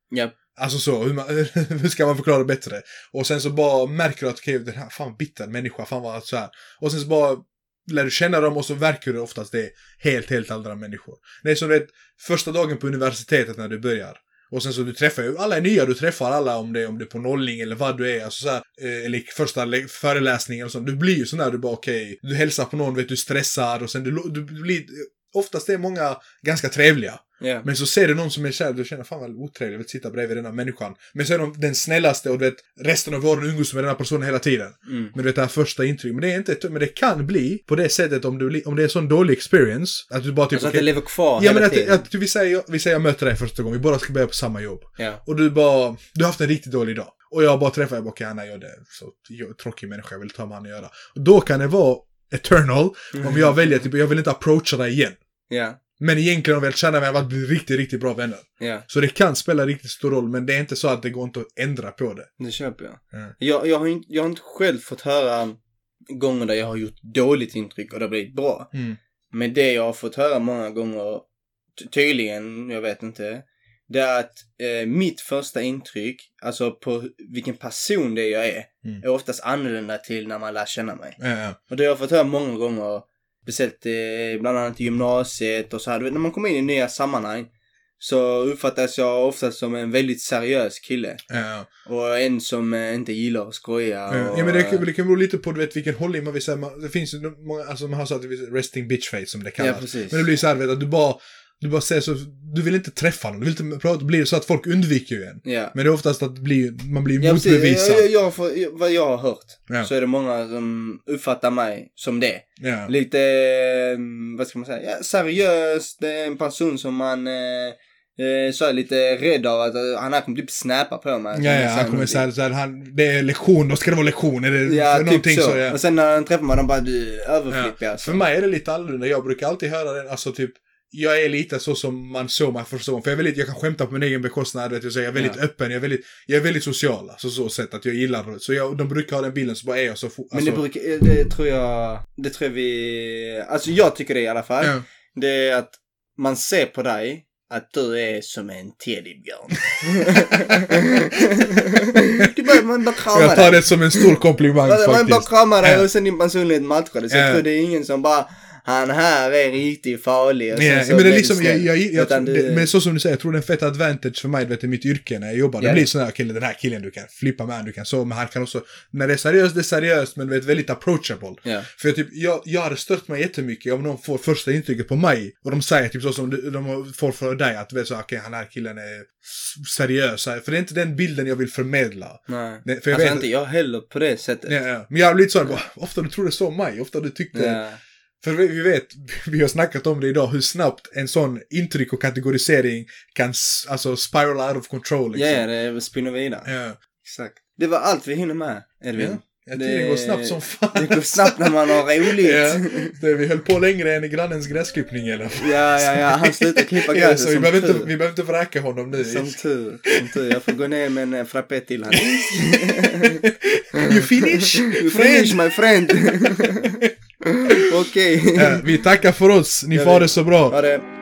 [SPEAKER 2] Ja.
[SPEAKER 3] Alltså så, hur, man, hur ska man förklara bättre? Och sen så bara märker du att okej, den här fan bitter människa, fan vad så här. Och sen så bara lär du känna dem och så verkar det oftast det är helt, helt andra människor. Det är som det första dagen på universitetet när du börjar. Och sen så du träffar ju, alla är nya, du träffar alla om det om du är på nolling eller vad du är, alltså så här, eh, eller första le- föreläsningen och sånt. Du blir ju sån där, du bara okej, du hälsar på någon, vet du, är stressad och sen du, lo- du blir, oftast är många ganska trevliga.
[SPEAKER 2] Ja.
[SPEAKER 3] Men så ser du någon som är kär, du känner fan vad otrevligt, jag vill sitta bredvid den här människan. Men så är de den snällaste och du vet, resten av våren umgås med den här personen hela tiden.
[SPEAKER 2] Mm.
[SPEAKER 3] Men typ, du vet det här första intrycket, men det är inte, men det kan bli på det sättet om, du, li- om det är sån dålig experience. Att du bara typ,
[SPEAKER 2] Alltså att
[SPEAKER 3] okej,
[SPEAKER 2] det lever kvar
[SPEAKER 3] Ja
[SPEAKER 2] hela
[SPEAKER 3] men att,
[SPEAKER 2] tiden.
[SPEAKER 3] att vi säger, vi säger jag möter dig första gången, vi båda ska börja på samma jobb.
[SPEAKER 2] Ja.
[SPEAKER 3] Och du bara, du har haft en riktigt dålig dag. Och jag bara träffar, jag bara okej Anna, jag är så jag, tråkig människa, jag vill ta med han att göra. Och då kan det vara eternal, om jag väljer typ, jag vill inte approacha dig igen.
[SPEAKER 2] Mm. Ja.
[SPEAKER 3] Men egentligen har vi lärt känna varandra, varit riktigt, riktigt bra vänner.
[SPEAKER 2] Ja.
[SPEAKER 3] Så det kan spela riktigt stor roll, men det är inte så att det går inte att ändra på det.
[SPEAKER 2] Det köper jag.
[SPEAKER 3] Mm.
[SPEAKER 2] Jag, jag, har inte, jag har inte själv fått höra gånger där jag har gjort dåligt intryck och det har blivit bra.
[SPEAKER 3] Mm.
[SPEAKER 2] Men det jag har fått höra många gånger, ty- tydligen, jag vet inte, det är att eh, mitt första intryck, alltså på hu- vilken person det är jag är,
[SPEAKER 3] Mm.
[SPEAKER 2] är oftast annorlunda till när man lär känna mig.
[SPEAKER 3] Eh,
[SPEAKER 2] Och det har jag fått höra många gånger, speciellt eh, bland annat i gymnasiet och så här. Du vet, när man kommer in i nya sammanhang så uppfattas jag oftast som en väldigt seriös kille.
[SPEAKER 3] eh.
[SPEAKER 2] Och en som eh, inte gillar att skoja. Och,
[SPEAKER 3] Ja, men det, kan- det kan bero lite på du vet, vilken hållning man vill säga. Man, det finns ju många, alltså man har så att det finns resting bitch face som det
[SPEAKER 2] Ja,
[SPEAKER 3] kallas.
[SPEAKER 2] precis.
[SPEAKER 3] men det blir så här, vet, du, att du bara, du bara säger så, du vill inte träffa någon, du vill inte prata, det blir så att folk undviker ju en.
[SPEAKER 2] Ja.
[SPEAKER 3] Men det är oftast att det blir, man blir
[SPEAKER 2] Ja, precis.
[SPEAKER 3] motbevisad.
[SPEAKER 2] Jag, jag, jag, får- jag, vad jag har hört
[SPEAKER 3] Ja.
[SPEAKER 2] så är det många som uppfattar mig som det.
[SPEAKER 3] Ja.
[SPEAKER 2] Lite, eh, vad ska man säga, ja, seriös. Det är en person som man eh, eh, så är lite rädd av att eh, han här kommer typ snappa på mig.
[SPEAKER 3] Ja, ja, han kommer
[SPEAKER 2] någonting.
[SPEAKER 3] säga så här, han, det är lektion, då ska det vara lektion, är det
[SPEAKER 2] Ja,
[SPEAKER 3] någonting
[SPEAKER 2] typ så.
[SPEAKER 3] så, ja.
[SPEAKER 2] Och sen när han träffar mig, de bara du
[SPEAKER 3] Ja.
[SPEAKER 2] överflippar alltså.
[SPEAKER 3] För mig är det lite annorlunda. Jag brukar alltid höra den, alltså typ, jag är lite så som man såg mig första gången. För jag är väldigt, jag kan skämta på min egen bekostnad, vet du, så jag är väldigt
[SPEAKER 2] Ja.
[SPEAKER 3] öppen, jag är väldigt, jag är väldigt social, alltså så sätt att jag gillar, så jag, de brukar ha den bilden, så bara är jag så, fo-
[SPEAKER 2] Men
[SPEAKER 3] alltså,
[SPEAKER 2] det brukar, eh, det tror jag, det tror jag vi, alltså jag tycker det i alla fall.
[SPEAKER 3] Ja.
[SPEAKER 2] Det är att man ser på dig att du är som en teddybjörn. du bara, man bara kramar
[SPEAKER 3] Jag
[SPEAKER 2] dig.
[SPEAKER 3] tar det som en stor komplimang
[SPEAKER 2] Man, man bara
[SPEAKER 3] faktiskt.
[SPEAKER 2] kramar dig
[SPEAKER 3] Ja.
[SPEAKER 2] och sen din personlighet matchar det. Så
[SPEAKER 3] Ja.
[SPEAKER 2] jag tror det är ingen som bara han här är riktigt farlig. och sen
[SPEAKER 3] Nej,
[SPEAKER 2] så
[SPEAKER 3] men det
[SPEAKER 2] blir
[SPEAKER 3] är
[SPEAKER 2] du
[SPEAKER 3] liksom, jag,
[SPEAKER 2] snäll.
[SPEAKER 3] jag, jag, jag,
[SPEAKER 2] Utan
[SPEAKER 3] det,
[SPEAKER 2] du-
[SPEAKER 3] men så som du säger, jag tror det är en fet advantage för mig, du vet, i mitt yrke när jag jobbar.
[SPEAKER 2] Ja.
[SPEAKER 3] Det blir sån här kille, den här killen du kan flippa med, du kan så, men han kan också, när det är seriöst, det är seriöst, men du vet, väldigt approachable.
[SPEAKER 2] Ja.
[SPEAKER 3] För jag, typ, jag, jag hade stört mig jättemycket om någon får första intrycket på mig. Och de säger typ så som du- de får från dig, att du vet så, okej, han här killen är s- seriös. så här. För det är inte den bilden jag vill förmedla.
[SPEAKER 2] Nej.
[SPEAKER 3] Nej, för jag
[SPEAKER 2] alltså
[SPEAKER 3] vet-
[SPEAKER 2] inte jag heller på det sättet.
[SPEAKER 3] Ja, ja. Men jag blir lite såhär, bara, ofta du tror det så om mig, ofta du tyckte...
[SPEAKER 2] Ja.
[SPEAKER 3] För vi, vi vet, vi har snackat om det idag, hur snabbt en sån intryck och kategorisering kan s- alltså spiral out of control.
[SPEAKER 2] Ja,
[SPEAKER 3] Liksom.
[SPEAKER 2] ja, det spinner vidare.
[SPEAKER 3] Ja.
[SPEAKER 2] Exakt. Det var allt vi hinner med, Edvin.
[SPEAKER 3] Ja. Jag
[SPEAKER 2] Det-
[SPEAKER 3] tycker det går snabbt som fan.
[SPEAKER 2] Det går snabbt när man har roligt.
[SPEAKER 3] Ja. Det, vi höll på längre än i grannens gräsklippning eller?
[SPEAKER 2] Ja, ja, ja. Han slutar klippa
[SPEAKER 3] Ja,
[SPEAKER 2] gräset
[SPEAKER 3] så vi
[SPEAKER 2] som
[SPEAKER 3] behöver, inte,
[SPEAKER 2] tur.
[SPEAKER 3] vi behöver inte vräka honom nu.
[SPEAKER 2] Som tur. Som tur. Jag får gå ner med en eh, frappé till honom.
[SPEAKER 3] you finish?
[SPEAKER 2] You
[SPEAKER 3] Friend?
[SPEAKER 2] finish my friend! Okej.
[SPEAKER 3] Ja, vi tackar för oss, ni
[SPEAKER 2] Ja,
[SPEAKER 3] får
[SPEAKER 2] vi-
[SPEAKER 3] det så bra.
[SPEAKER 2] Ha det.